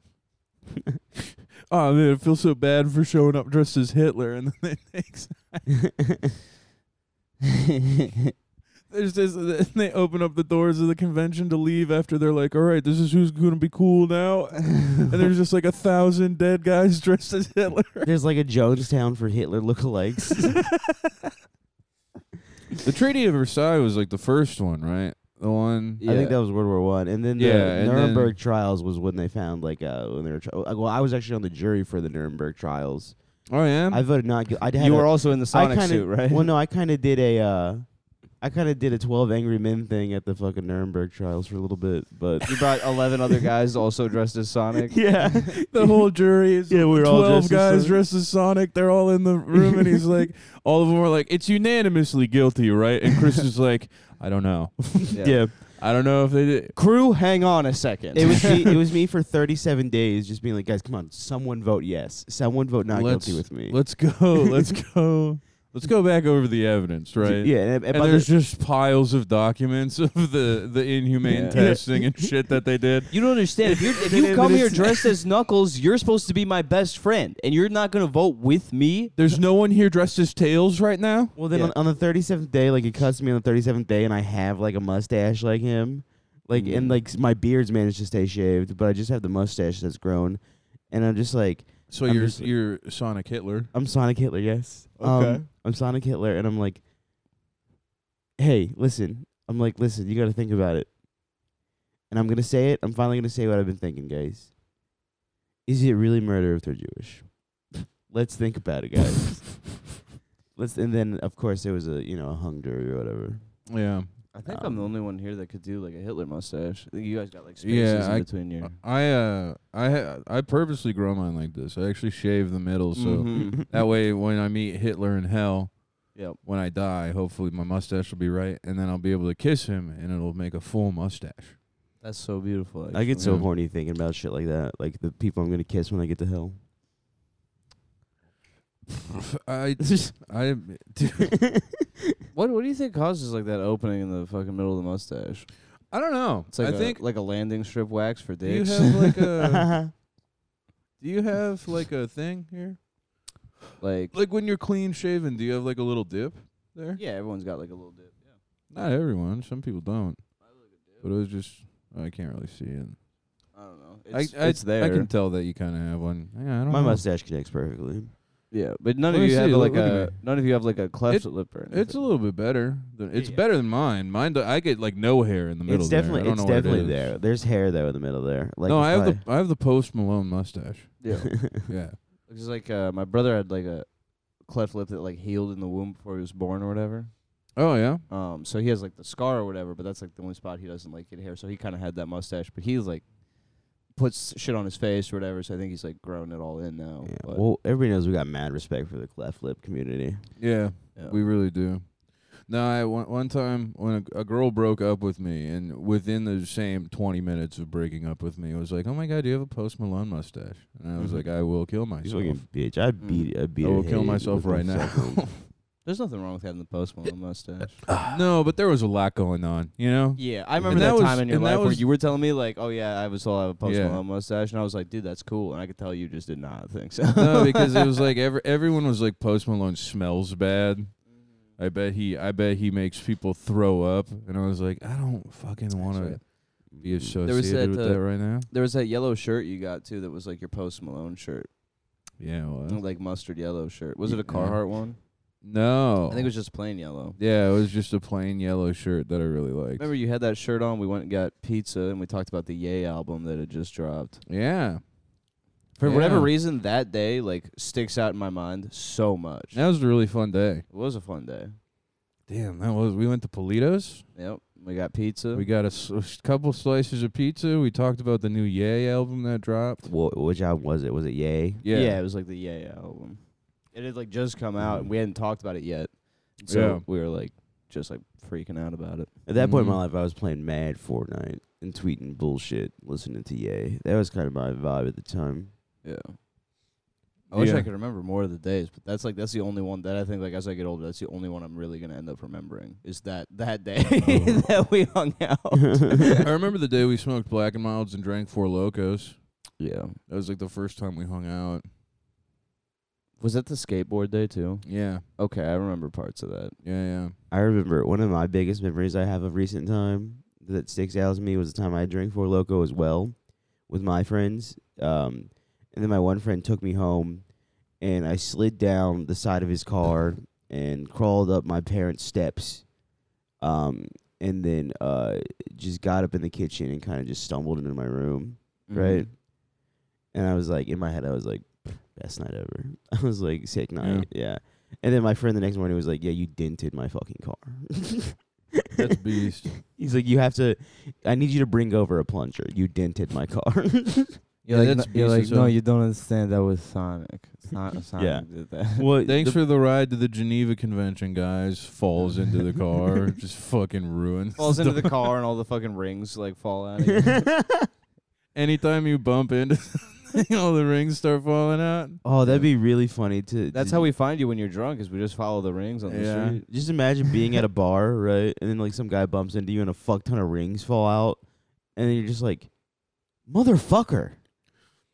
[SPEAKER 1] Oh man, I feel so bad for showing up dressed as Hitler, and then they take There's this, and they open up the doors of the convention to leave after they're like, all right, this is who's going to be cool now. And there's just like a thousand dead guys dressed as Hitler.
[SPEAKER 3] There's like a Jonestown for Hitler lookalikes.
[SPEAKER 1] The Treaty of Versailles was like the first one, right? The one.
[SPEAKER 3] I
[SPEAKER 2] Yeah.
[SPEAKER 3] think that was World War One, and then the
[SPEAKER 1] Yeah, and then-
[SPEAKER 3] Nuremberg trials was when they found like uh when they were tri- well I was actually on the jury for the Nuremberg trials.
[SPEAKER 1] Oh, yeah.
[SPEAKER 3] I voted not guilty. I had
[SPEAKER 2] Um, you
[SPEAKER 3] a-
[SPEAKER 2] were also in the
[SPEAKER 3] I
[SPEAKER 2] Sonic
[SPEAKER 3] kinda,
[SPEAKER 2] suit, right?
[SPEAKER 3] Well, no, I kind of did a uh, I kind of did a Twelve Angry Men thing at the fucking Nuremberg trials for a little bit, but
[SPEAKER 2] You brought eleven other guys also dressed as Sonic.
[SPEAKER 3] yeah,
[SPEAKER 1] the whole jury is
[SPEAKER 3] Yeah, we were all
[SPEAKER 1] 12
[SPEAKER 3] dressed as
[SPEAKER 1] guys
[SPEAKER 3] Sonic.
[SPEAKER 1] dressed as Sonic. They're all in the room, and he's like, all of them are like, it's unanimously guilty, right? And Chris is like, I don't know.
[SPEAKER 2] Yeah.
[SPEAKER 1] I don't know if they did.
[SPEAKER 2] Crew, hang on a second.
[SPEAKER 3] It was me, it was me for 37 days, just being like, guys, come on, someone vote yes, someone vote not
[SPEAKER 1] Let's-
[SPEAKER 3] guilty with me.
[SPEAKER 1] Let's go. Let's go. Let's go back over the evidence, right?
[SPEAKER 3] Yeah, and, and
[SPEAKER 1] And
[SPEAKER 3] by the-
[SPEAKER 1] there's just piles of documents of the, the inhumane
[SPEAKER 2] Yeah.
[SPEAKER 1] testing and shit that they did.
[SPEAKER 2] You don't understand. If, you're, if you come here dressed as Knuckles, you're supposed to be my best friend, and you're not gonna vote with me.
[SPEAKER 1] There's no one here dressed as Tails right now.
[SPEAKER 3] Well, then
[SPEAKER 2] Yeah.
[SPEAKER 3] on, on the thirty seventh day, like he cuts me on the thirty seventh day, and I have like a mustache like him, like
[SPEAKER 1] Mm.
[SPEAKER 3] and like s- my beard's managed to stay shaved, but I just have the mustache that's grown, and I'm just like
[SPEAKER 1] So
[SPEAKER 3] I'm
[SPEAKER 1] you're
[SPEAKER 3] just-
[SPEAKER 1] you're Sonic Hitler.
[SPEAKER 3] I'm Sonic Hitler, yes.
[SPEAKER 1] Okay.
[SPEAKER 3] Um, I'm Sonic Hitler, and I'm like, hey, listen, I'm like, listen, you got to think about it, and I'm gonna say it. I'm finally gonna say what I've been thinking, guys. Is it really murder if they're Jewish? Let's think about it, guys. Let's and then of course there was a you know a hung jury or whatever.
[SPEAKER 1] Yeah.
[SPEAKER 2] I think
[SPEAKER 3] Um,
[SPEAKER 2] I'm the only one here that could do like a Hitler mustache. I think you guys got like spaces
[SPEAKER 1] Yeah,
[SPEAKER 2] in
[SPEAKER 1] I-
[SPEAKER 2] between your.
[SPEAKER 1] I uh I ha- I purposely grow mine like this. I actually shave the middle so
[SPEAKER 2] Mhm.
[SPEAKER 1] that way when I meet Hitler in hell,
[SPEAKER 2] Yep.
[SPEAKER 1] when I die, hopefully my mustache will be right and then I'll be able to kiss him and it'll make a full mustache.
[SPEAKER 2] That's so beautiful. Actually.
[SPEAKER 3] I get so
[SPEAKER 1] Yeah.
[SPEAKER 3] horny thinking about shit like that, like the people I'm gonna kiss when I get to hell.
[SPEAKER 1] I I
[SPEAKER 2] What What do you think causes like that opening in the fucking middle of the mustache?
[SPEAKER 1] I don't know.
[SPEAKER 2] It's like
[SPEAKER 1] I
[SPEAKER 2] a-
[SPEAKER 1] think
[SPEAKER 2] like a landing strip wax for
[SPEAKER 1] do you
[SPEAKER 2] dicks.
[SPEAKER 1] have like a Do you have like a thing here?
[SPEAKER 2] like
[SPEAKER 1] Like when you're clean shaven, do you have like a little dip there?
[SPEAKER 2] yeah, everyone's got like a little dip. Yeah.
[SPEAKER 1] Not everyone. Some people don't. But it was just I can't really see it.
[SPEAKER 2] I don't know.
[SPEAKER 1] I-
[SPEAKER 2] It's,
[SPEAKER 1] I,
[SPEAKER 2] it's there.
[SPEAKER 1] I can tell that you kind of have one. Yeah, I don't
[SPEAKER 3] My
[SPEAKER 1] know.
[SPEAKER 3] mustache connects perfectly.
[SPEAKER 2] yeah, but none
[SPEAKER 1] Let
[SPEAKER 2] of
[SPEAKER 1] me
[SPEAKER 2] you have
[SPEAKER 1] see,
[SPEAKER 2] like
[SPEAKER 1] look at
[SPEAKER 2] a
[SPEAKER 1] me.
[SPEAKER 2] none of you have like a cleft
[SPEAKER 1] It-
[SPEAKER 2] lip or anything.
[SPEAKER 1] It's a little bit better. Than, it's
[SPEAKER 3] yeah.
[SPEAKER 1] better than mine. Mine, do- I get like no hair in the middle.
[SPEAKER 3] It's
[SPEAKER 1] there.
[SPEAKER 3] definitely
[SPEAKER 1] I don't
[SPEAKER 3] it's
[SPEAKER 1] know what it
[SPEAKER 3] definitely
[SPEAKER 1] is.
[SPEAKER 3] there. There's hair though in the middle there. Like
[SPEAKER 1] no,
[SPEAKER 3] if
[SPEAKER 1] I have the I have the post Malone mustache.
[SPEAKER 2] yeah.
[SPEAKER 1] Yeah.
[SPEAKER 2] It's just like uh, my brother had like a cleft lip that like healed in the womb before he was born or whatever.
[SPEAKER 1] Oh yeah.
[SPEAKER 2] Um, so he has like the scar or whatever, but that's like the only spot he doesn't like get hair. So he kind of had that mustache, but he's like puts shit on his face or whatever. So I think he's like grown it all in now.
[SPEAKER 3] Yeah,
[SPEAKER 2] but,
[SPEAKER 3] Well, everybody knows we got mad respect for the cleft lip community.
[SPEAKER 1] Yeah.
[SPEAKER 2] yeah.
[SPEAKER 1] We really do. No, I one, one time when a, a girl broke up with me, and within the same twenty minutes of breaking up with me, was like, "Oh my god, do you have a Post Malone mustache?" And I was
[SPEAKER 2] Mhm.
[SPEAKER 3] Mm-hmm.
[SPEAKER 1] like, "I will kill
[SPEAKER 3] You
[SPEAKER 1] myself.
[SPEAKER 3] fucking bitch. I'd
[SPEAKER 1] Mm.
[SPEAKER 3] beat I'd beat
[SPEAKER 1] I
[SPEAKER 3] her
[SPEAKER 1] will kill
[SPEAKER 3] head
[SPEAKER 1] myself
[SPEAKER 3] with
[SPEAKER 1] right
[SPEAKER 3] a
[SPEAKER 1] now."
[SPEAKER 3] fucking-
[SPEAKER 2] there's nothing wrong with having the post Malone mustache.
[SPEAKER 1] no, but there was a lot going on, you know.
[SPEAKER 2] Yeah, I remember
[SPEAKER 1] And
[SPEAKER 2] that,
[SPEAKER 1] that
[SPEAKER 2] time
[SPEAKER 1] was-
[SPEAKER 2] in your
[SPEAKER 1] and that
[SPEAKER 2] life where
[SPEAKER 1] was-
[SPEAKER 2] you were telling me like, "Oh yeah, I was all have a Post
[SPEAKER 1] Yeah.
[SPEAKER 2] Malone mustache," and I was like, "Dude, that's cool," and I could tell you just did not think so.
[SPEAKER 1] no, because it was like every, everyone was like Post Malone smells bad. I bet he I bet he makes people throw up and I was like, I don't fucking want to be associated
[SPEAKER 2] that,
[SPEAKER 1] with
[SPEAKER 2] uh,
[SPEAKER 1] that right now.
[SPEAKER 2] there was that yellow shirt you got too that was like your Post Malone shirt,
[SPEAKER 1] Yeah, well,
[SPEAKER 2] like mustard yellow shirt. Was it a
[SPEAKER 1] Yeah. Oh.
[SPEAKER 2] Carhartt one?
[SPEAKER 1] no.
[SPEAKER 2] I think it was just plain yellow.
[SPEAKER 1] Yeah, it was just a plain yellow shirt that I really liked.
[SPEAKER 2] Remember you had that shirt on. We went and got pizza, and we talked about the Yay album that had just dropped.
[SPEAKER 1] yeah.
[SPEAKER 2] For whatever
[SPEAKER 1] Yeah.
[SPEAKER 2] reason, that day like sticks out in my mind so much.
[SPEAKER 1] That was a really fun day.
[SPEAKER 2] It was a fun day.
[SPEAKER 1] Damn, that was we went to Politos.
[SPEAKER 2] Yep, we got pizza.
[SPEAKER 1] We got a, s- a s- couple slices of pizza. We talked about the new Yay album that dropped.
[SPEAKER 3] Wha- which album was it? Was it Yay?
[SPEAKER 1] Yeah.
[SPEAKER 2] it was like the Yay album. It had like just come out, and we hadn't talked about it yet. So
[SPEAKER 1] Mm. Yeah.
[SPEAKER 2] we were like just like freaking out about it.
[SPEAKER 3] At that point in
[SPEAKER 1] Mhm.
[SPEAKER 3] my life, I was playing mad Fortnite and tweeting bullshit, listening to Yay. That was kind of my vibe at the time.
[SPEAKER 2] Yeah. I wish
[SPEAKER 1] Yeah.
[SPEAKER 2] I could remember more of the days, but that's like that's the only one that I think like as I get older, that's the only one I'm really gonna end up remembering is that that day that we hung out.
[SPEAKER 1] I remember the day we smoked black and milds and drank four locos.
[SPEAKER 2] yeah.
[SPEAKER 1] That was like the first time we hung out.
[SPEAKER 2] Was that the skateboard day too?
[SPEAKER 1] Yeah,
[SPEAKER 2] Okay, I remember parts of that.
[SPEAKER 1] yeah, yeah.
[SPEAKER 3] I remember one of my biggest memories I have of recent time that sticks out to me was the time I drank Four Loco as well with my friends. Um, and then my one friend took me home, and I slid down the side of his car and crawled up my parents' steps, um, and then uh, just got up in the kitchen and kind of just stumbled into my room,
[SPEAKER 1] Mm-hmm.
[SPEAKER 3] right? And I was like, in my head, I was like, best night ever. I was like, sick night, yeah. And then my friend the next morning was like, yeah, you dented my fucking car.
[SPEAKER 1] That's beast.
[SPEAKER 3] He's like, you have to. I need you to bring over a plunger. You dented my car.
[SPEAKER 2] Mm-hmm.
[SPEAKER 1] You're Yeah, like, that's "No- you're like, beast as "No, well."
[SPEAKER 4] you don't understand. That was Sonic. Sonic,
[SPEAKER 3] Sonic
[SPEAKER 4] did that.
[SPEAKER 3] well,
[SPEAKER 1] Thanks for the ride to the Geneva Convention, guys. Falls into the car, just fucking ruins.
[SPEAKER 2] Falls into the car and all the fucking rings like fall out. of it.
[SPEAKER 3] for.
[SPEAKER 1] Anytime you bump into, all the rings start falling out.
[SPEAKER 3] oh, that'd be really funny to.
[SPEAKER 2] That's
[SPEAKER 3] to-
[SPEAKER 2] how we find you when you're drunk is we just follow the rings on the
[SPEAKER 1] Yeah.
[SPEAKER 2] street.
[SPEAKER 3] Just imagine being at a bar, right, and then like some guy bumps into you, and a fuck ton of rings fall out, and then you're just like, motherfucker.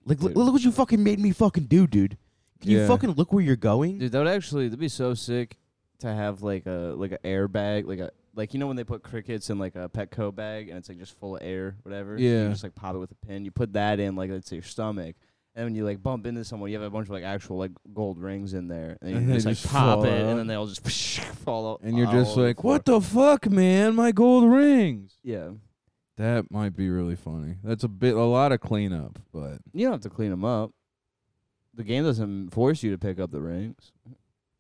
[SPEAKER 3] Like, look,
[SPEAKER 2] Dude.
[SPEAKER 3] look what you fucking made me fucking do, dude. Can
[SPEAKER 1] Yeah.
[SPEAKER 3] you fucking look where you're going?
[SPEAKER 2] Dude, that would actually that'd be so sick to have like a like a airbag, like a like you know when they put crickets in like a Petco bag and it's like just full of air, whatever.
[SPEAKER 1] Yeah.
[SPEAKER 2] You just like pop it with a pin. You put that in like it's your stomach. And when you like bump into someone, you have a bunch of like actual like gold rings in there, and,
[SPEAKER 1] And
[SPEAKER 2] you
[SPEAKER 1] they
[SPEAKER 2] just like
[SPEAKER 1] just
[SPEAKER 2] pop
[SPEAKER 1] fall
[SPEAKER 2] it, and
[SPEAKER 1] out.
[SPEAKER 2] then they all just fall out.
[SPEAKER 1] And you're
[SPEAKER 2] all
[SPEAKER 1] just
[SPEAKER 2] over the
[SPEAKER 1] like,
[SPEAKER 2] floor.
[SPEAKER 1] what the fuck, man? My gold rings.
[SPEAKER 2] Yeah,
[SPEAKER 1] That might be really funny. That's a bit, a lot of cleanup, but
[SPEAKER 2] you don't have to clean them up. The game doesn't force you to pick up the rings.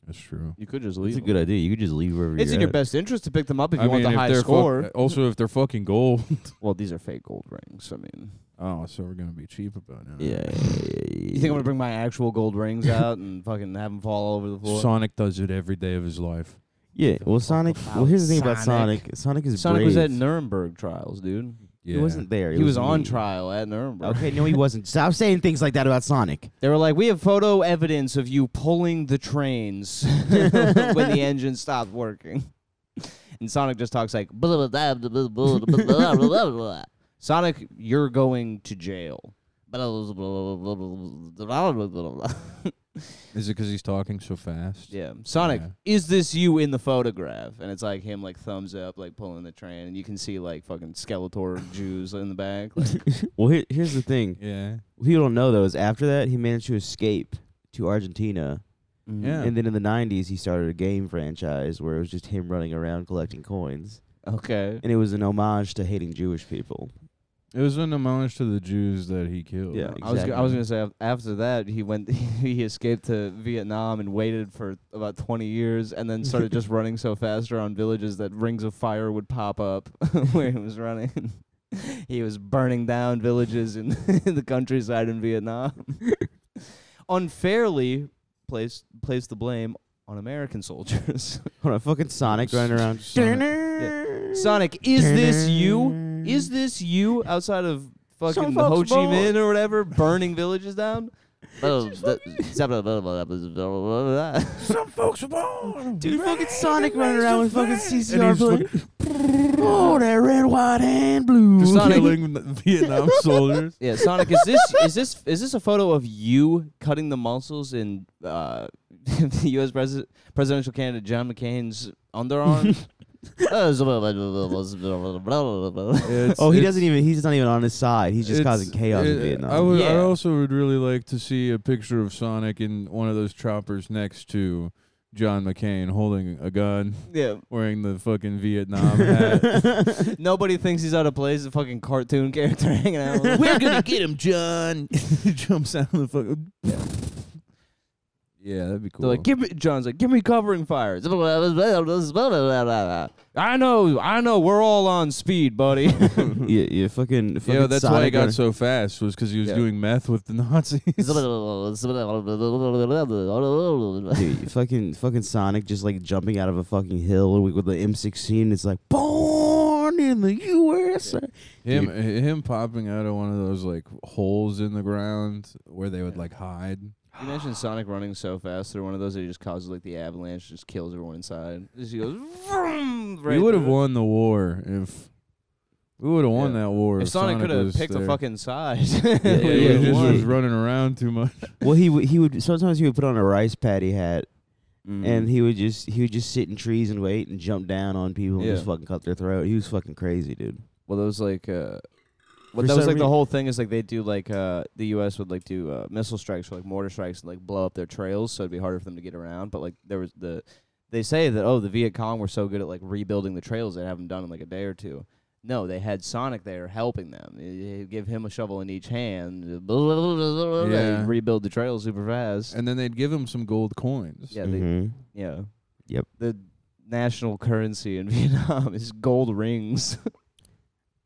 [SPEAKER 1] that's true.
[SPEAKER 2] You could just leave.
[SPEAKER 3] That's a
[SPEAKER 2] 'em.
[SPEAKER 3] good idea. You could just leave wherever
[SPEAKER 2] It's
[SPEAKER 3] you're
[SPEAKER 2] in your
[SPEAKER 3] at.
[SPEAKER 2] best interest to pick them up if
[SPEAKER 1] I
[SPEAKER 2] you want
[SPEAKER 1] mean,
[SPEAKER 2] the
[SPEAKER 1] if
[SPEAKER 2] high
[SPEAKER 1] they're fuck-
[SPEAKER 2] score.
[SPEAKER 1] also, if they're fucking gold.
[SPEAKER 2] well, these are fake gold rings. I mean,
[SPEAKER 1] oh, so we're gonna be cheap about it.
[SPEAKER 3] Yeah.
[SPEAKER 2] You think I'm gonna bring my actual gold rings out and fucking have them fall all over the floor?
[SPEAKER 1] Sonic does it every day of his life.
[SPEAKER 3] Yeah, well, Sonic. Well, here's the thing about
[SPEAKER 4] Sonic?
[SPEAKER 3] Sonic. Sonic is
[SPEAKER 2] Sonic was
[SPEAKER 3] brave.
[SPEAKER 2] at Nuremberg trials, dude.
[SPEAKER 1] Yeah.
[SPEAKER 3] He wasn't there.
[SPEAKER 2] He
[SPEAKER 3] It
[SPEAKER 2] was on
[SPEAKER 3] me.
[SPEAKER 2] trial at Nuremberg.
[SPEAKER 3] Okay, no, he wasn't. Stop saying things like that about Sonic.
[SPEAKER 2] They were like, "We have photo evidence of you pulling the trains when the engine stopped working." And Sonic just talks like, blah, blah, blah, blah, blah, blah, blah, blah, blah. "Sonic, you're going to jail."
[SPEAKER 1] Is it because he's talking so fast?
[SPEAKER 2] Yeah. Sonic,
[SPEAKER 1] Yeah.
[SPEAKER 2] is this you in the photograph? And it's like him like thumbs up, like pulling the train, and you can see like fucking Skeletor Jews in the back. Like,
[SPEAKER 3] Well, here, here's the thing.
[SPEAKER 1] Yeah.
[SPEAKER 3] What People don't know though is after that he managed to escape to Argentina,
[SPEAKER 1] Yeah.
[SPEAKER 3] and then in the '90s he started a game franchise where it was just him running around collecting coins,
[SPEAKER 2] mm, Okay.
[SPEAKER 3] and it was an homage to hating Jewish people.
[SPEAKER 1] It was an homage to the Jews that he killed.
[SPEAKER 3] Yeah.
[SPEAKER 2] I was go- I
[SPEAKER 3] exactly.
[SPEAKER 2] was gonna say af- after that he went he escaped to Vietnam and waited for about twenty years and then started just running so fast around villages that rings of fire would pop up where he was running. he was burning down villages in, in the countryside in Vietnam. Unfairly placed placed the blame on American soldiers.
[SPEAKER 3] Hold on, fucking Sonic running around.
[SPEAKER 1] Sonic.
[SPEAKER 2] Sonic, is this you? Is this you outside of fucking
[SPEAKER 3] Mm. Some
[SPEAKER 2] Ho
[SPEAKER 3] folks
[SPEAKER 2] Chi
[SPEAKER 3] vote.
[SPEAKER 2] Minh or whatever, burning villages down?
[SPEAKER 3] Oh,
[SPEAKER 2] Dude,
[SPEAKER 1] Some folks are born.
[SPEAKER 3] Dude, fucking Sonic running around with fucking
[SPEAKER 1] And
[SPEAKER 3] CCR
[SPEAKER 1] he's
[SPEAKER 3] playing. Oh, that red, white, and blue.
[SPEAKER 2] Sonic-
[SPEAKER 1] killing the Vietnam soldiers.
[SPEAKER 2] yeah, Sonic, is this is this is this a photo of you cutting the muscles in uh, the U.S. Pres- presidential candidate John McCain's underarms?
[SPEAKER 1] It's-
[SPEAKER 3] Oh, he
[SPEAKER 1] it's-
[SPEAKER 3] doesn't even. He's not even on his side. He's just
[SPEAKER 1] it's-
[SPEAKER 3] causing chaos in
[SPEAKER 1] it-
[SPEAKER 3] Vietnam.
[SPEAKER 1] I would. I
[SPEAKER 2] Yeah.
[SPEAKER 1] also would really like to see a picture of Sonic in one of those choppers next to John McCain holding a gun,
[SPEAKER 2] yeah,
[SPEAKER 1] wearing the fucking Vietnam hat.
[SPEAKER 2] nobody thinks he's out of place. The fucking cartoon character hanging out. with him.
[SPEAKER 1] We're gonna get him, John. he jumps out of the fucking. Yeah, that'd be cool.
[SPEAKER 2] They're like, give me John's like, give me covering fire. I know, I know, we're all on speed, buddy.
[SPEAKER 3] yeah, yeah, fucking. fucking
[SPEAKER 1] yeah, that's
[SPEAKER 3] Sonic
[SPEAKER 1] why he got
[SPEAKER 3] running-
[SPEAKER 1] so fast was because he was
[SPEAKER 2] Yeah.
[SPEAKER 1] doing meth with the Nazis.
[SPEAKER 3] Dude, fucking, fucking Sonic just like jumping out of a fucking hill with with the M16. It's like born in the USA.
[SPEAKER 1] him, him popping out of one of those like holes in the ground where they would like hide.
[SPEAKER 2] You mentioned Sonic running so fast through one of those that he just causes like the avalanche, just kills everyone inside. Just goes vroom, right
[SPEAKER 1] we would have
[SPEAKER 2] through.
[SPEAKER 1] won the war if we would have won
[SPEAKER 2] Yeah.
[SPEAKER 1] that war.
[SPEAKER 2] If Sonic, could have
[SPEAKER 1] was
[SPEAKER 2] picked
[SPEAKER 1] there.
[SPEAKER 2] the fucking side.
[SPEAKER 1] Yeah,
[SPEAKER 3] Yeah,
[SPEAKER 1] he
[SPEAKER 3] yeah,
[SPEAKER 1] just
[SPEAKER 3] won.
[SPEAKER 1] was running around too much.
[SPEAKER 3] Well, he would he would sometimes he would put on a rice paddy hat
[SPEAKER 1] Mm-hmm.
[SPEAKER 2] Mm-hmm.
[SPEAKER 3] and he would just he would just sit in trees and wait and jump down on people and just
[SPEAKER 2] Yeah.
[SPEAKER 3] fucking cut their throat. He was fucking crazy, dude.
[SPEAKER 2] well, those like uh,
[SPEAKER 3] For
[SPEAKER 2] well, that was
[SPEAKER 3] some
[SPEAKER 2] like the
[SPEAKER 3] rea-
[SPEAKER 2] whole thing is like they do like uh the U.S. would like do uh, missile strikes or like mortar strikes and like blow up their trails, so it'd be harder for them to get around. But like there was the they say that oh the Viet Cong were so good at like rebuilding the trails they haven't done in like a day or two. No, they had Sonic there helping them. Eh, eh, Give him a shovel in each hand.
[SPEAKER 1] Yeah.
[SPEAKER 2] Rebuild the trail super fast.
[SPEAKER 1] And then they'd give him some gold coins.
[SPEAKER 2] Yeah, they,
[SPEAKER 3] hmm
[SPEAKER 2] yeah.
[SPEAKER 3] Yep.
[SPEAKER 2] The national currency in Vietnam is gold rings.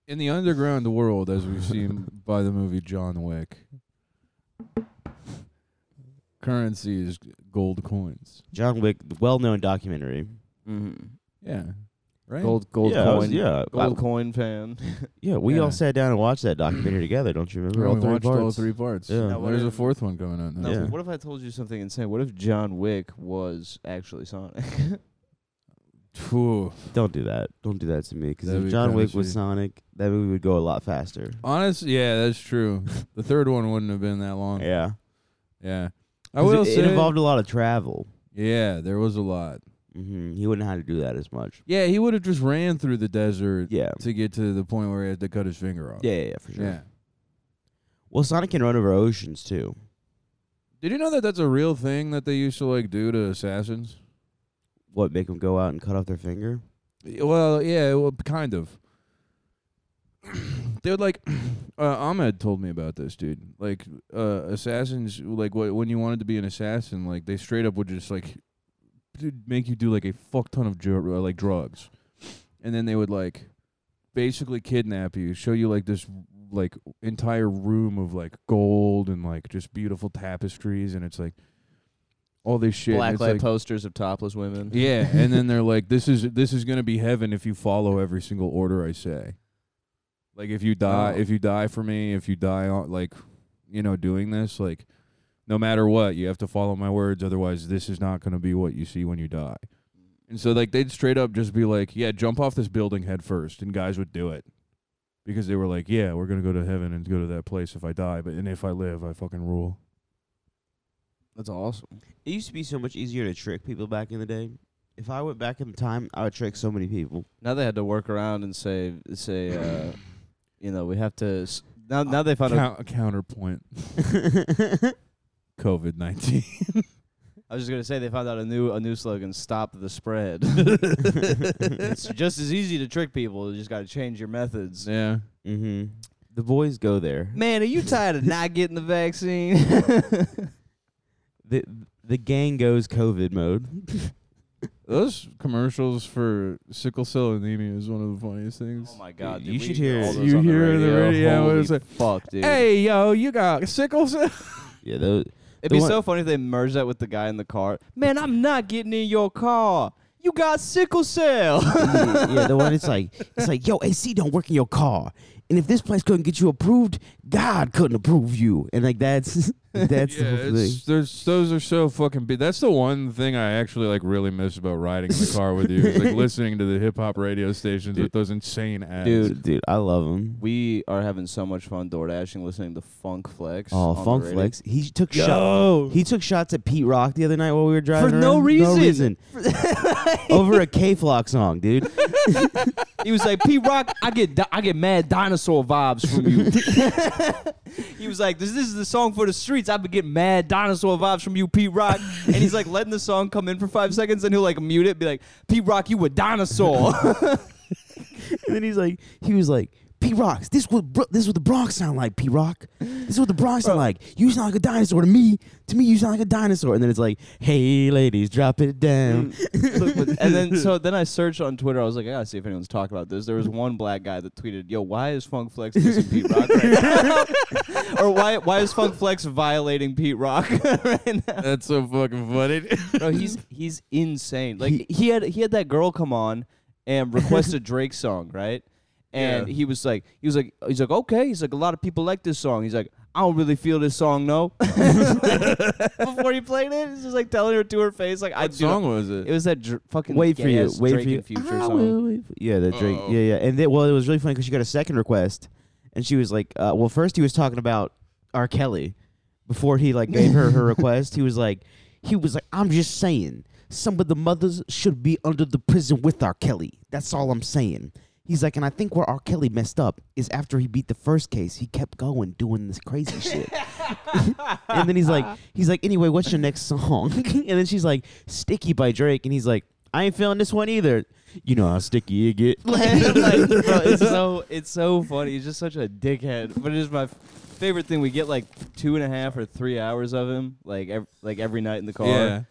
[SPEAKER 1] In the underground world, as we've seen by the movie John Wick, currency is gold coins.
[SPEAKER 3] John Wick, well known documentary.
[SPEAKER 2] Mm-hmm.
[SPEAKER 1] Yeah. Right?
[SPEAKER 2] Gold, gold
[SPEAKER 3] yeah, I
[SPEAKER 2] coin.
[SPEAKER 3] was- yeah, I-
[SPEAKER 2] Gold coin fan.
[SPEAKER 3] yeah. We
[SPEAKER 1] Yeah.
[SPEAKER 3] all sat down and watched that documentary together. Don't you remember?
[SPEAKER 1] We
[SPEAKER 3] all three
[SPEAKER 1] watched all
[SPEAKER 3] parts?
[SPEAKER 1] three parts.
[SPEAKER 3] Yeah.
[SPEAKER 2] Now, what
[SPEAKER 1] There's a
[SPEAKER 2] if-
[SPEAKER 1] fourth one coming out now.
[SPEAKER 2] No,
[SPEAKER 3] Yeah.
[SPEAKER 2] What if I told you something insane? What if John Wick was actually Sonic?
[SPEAKER 1] Phew.
[SPEAKER 3] Don't do that. Don't do that to me. Because
[SPEAKER 1] That'd
[SPEAKER 3] if
[SPEAKER 1] be
[SPEAKER 3] John
[SPEAKER 1] kinda
[SPEAKER 3] Wick was
[SPEAKER 1] shitty.
[SPEAKER 3] Sonic, that movie would go a lot faster.
[SPEAKER 1] Honest, yeah, that's true. the third one wouldn't have been that long. Yeah.
[SPEAKER 3] Yeah,
[SPEAKER 1] I
[SPEAKER 3] 'Cause
[SPEAKER 1] will
[SPEAKER 3] it,
[SPEAKER 1] say
[SPEAKER 3] it involved a lot of travel.
[SPEAKER 1] Yeah, there was a lot.
[SPEAKER 3] hmm He wouldn't know how to do that as much.
[SPEAKER 1] Yeah, he would have just ran through the desert
[SPEAKER 3] Yeah.
[SPEAKER 1] to get to the point where he had to cut his finger off.
[SPEAKER 3] Yeah, yeah, yeah, for sure.
[SPEAKER 1] Yeah.
[SPEAKER 3] Well, Sonic can run over oceans too.
[SPEAKER 1] Did you know that that's a real thing that they used to like do to assassins?
[SPEAKER 3] What make them go out and cut off their finger?
[SPEAKER 1] Well, yeah, well, kind of. they would like uh, Ahmed told me about this, dude. Like uh, assassins, like wh- when you wanted to be an assassin, like they straight up would just like dude, make you do like a fuck ton of dr- uh, like drugs, and then they would like basically kidnap you, show you like this like entire room of like gold and like just beautiful tapestries, and it's like all this shit. and
[SPEAKER 2] Blacklight
[SPEAKER 1] it's, like,
[SPEAKER 2] posters of topless women.
[SPEAKER 1] yeah, and then they're like, "This is this is gonna be heaven if you follow every single order I say." Like if you die,
[SPEAKER 2] Oh.
[SPEAKER 1] if you die for me, if you die on like, you know, doing this, like, no matter what, you have to follow my words. Otherwise, this is not gonna be what you see when you die. And so, like, they'd straight up just be like, "Yeah, jump off this building head first. and guys would do it because they were like, "Yeah, we're gonna go to heaven and go to that place if I die, but and if I live, I fucking rule."
[SPEAKER 2] That's awesome.
[SPEAKER 3] It used to be so much easier to trick people back in the day. If I went back in time, I would trick so many people.
[SPEAKER 2] Now they had to work around and say say uh, you know, we have to s- now now they found out
[SPEAKER 1] Coun- counterpoint,
[SPEAKER 3] Mm-hmm.
[SPEAKER 1] COVID nineteen.
[SPEAKER 2] I was just gonna say they found out a new a new slogan: "Stop the spread." it's just as easy to trick people. You just gotta change your methods.
[SPEAKER 1] yeah.
[SPEAKER 3] hmm The boys go there.
[SPEAKER 2] Man, are you tired of not getting the vaccine?
[SPEAKER 3] The the gang goes COVID mode.
[SPEAKER 1] Those commercials for sickle cell anemia is one of the funniest things.
[SPEAKER 2] oh my god,
[SPEAKER 3] You
[SPEAKER 2] dude,
[SPEAKER 3] should
[SPEAKER 2] we
[SPEAKER 3] hear-
[SPEAKER 2] all those
[SPEAKER 1] you
[SPEAKER 2] on
[SPEAKER 1] hear the
[SPEAKER 2] the radio.
[SPEAKER 1] radio,
[SPEAKER 2] Holy
[SPEAKER 1] it's like,
[SPEAKER 2] fuck, dude.
[SPEAKER 1] hey, yo, you got sickle cell?
[SPEAKER 3] yeah, those,
[SPEAKER 2] It'd
[SPEAKER 3] the
[SPEAKER 2] be
[SPEAKER 3] one-
[SPEAKER 2] so funny if they merged that with the guy in the car. Man, I'm not getting in your car. You got sickle cell.
[SPEAKER 3] yeah, the one it's like it's like, yo, AC don't work in your car. And if this place couldn't get you approved, God couldn't approve you. And like that's that's the whole thing.
[SPEAKER 1] there's, those are so fucking big. That's the one thing I actually like really miss about riding in the car with you, is like listening to the hip hop radio stations with those insane ads.
[SPEAKER 2] Dude.
[SPEAKER 3] Dude, I love him.
[SPEAKER 2] we are having so much fun door dashing, listening to Funk Flex.
[SPEAKER 3] Oh,
[SPEAKER 2] on the
[SPEAKER 3] Funk
[SPEAKER 2] radio.
[SPEAKER 3] Flex. He took shots.
[SPEAKER 1] yo,
[SPEAKER 3] He took shots at Pete Rock the other night while we were driving.
[SPEAKER 2] no
[SPEAKER 3] around.
[SPEAKER 2] reason.
[SPEAKER 3] No reason. Over a K Flock song, dude.
[SPEAKER 2] He was like, P Rock, I get di- I get mad dinosaur vibes from you. he was like, this, this is the song for the streets. I've been getting mad dinosaur vibes from you, P Rock. And he's like letting the song come in for five seconds and he'll like mute it, be like, P Rock, you a dinosaur.
[SPEAKER 3] And then he's like, he was like, P Rocks, this what Bro- this is what the Bronx sound like, P Rock. This is what the Bronx sound like. You sound like a dinosaur to me. To me, you sound like a dinosaur. And then it's like, hey ladies, drop it down.
[SPEAKER 2] Look what- and then so then I searched on Twitter. I was like, I gotta see if anyone's talking about this. There was one black guy that tweeted, "Yo, why is Funk Flex dissing Pete Rock right now? or why why is Funk Flex violating Pete Rock right now?"
[SPEAKER 1] that's so fucking funny.
[SPEAKER 2] Bro, he's he's insane. Like he had he had that girl come on and request a Drake song, right? And
[SPEAKER 1] Yeah.
[SPEAKER 2] he was like, he was like, he's like, okay. He's like, a lot of people like this song. He's like, I don't really feel this song, no. Before he played it, he's just like telling her to her face, like, I
[SPEAKER 1] What
[SPEAKER 2] do.
[SPEAKER 1] song was
[SPEAKER 2] It
[SPEAKER 1] it?
[SPEAKER 2] was that dr- fucking
[SPEAKER 3] Wait for you.
[SPEAKER 2] gay-ass
[SPEAKER 3] Wait
[SPEAKER 2] Drake
[SPEAKER 3] for you.
[SPEAKER 2] and Future
[SPEAKER 3] I
[SPEAKER 2] song.
[SPEAKER 3] will Ah, wait for- Yeah, the Drake.
[SPEAKER 1] Oh.
[SPEAKER 3] Yeah, yeah. And then, well, it was really funny because she got a second request, and she was like, uh, "Well, first he was talking about R. Kelly before he like gave her her request. He was like, he was like, I'm just saying, some of the mothers should be under the prison with R. Kelly. That's all I'm saying." He's like, and I think where R. Kelly messed up is after he beat the first case, he kept going doing this crazy shit. and then he's like, he's like, anyway, what's your next song? and then she's like, Sticky by Drake. And he's like, I ain't feeling this one either. You know how sticky it get.
[SPEAKER 2] like, like, bro, it's so it's so funny. He's just such a dickhead. But it is my f- favorite thing. We get like two and a half or three hours of him, like ev- like every night in the car.
[SPEAKER 1] Yeah.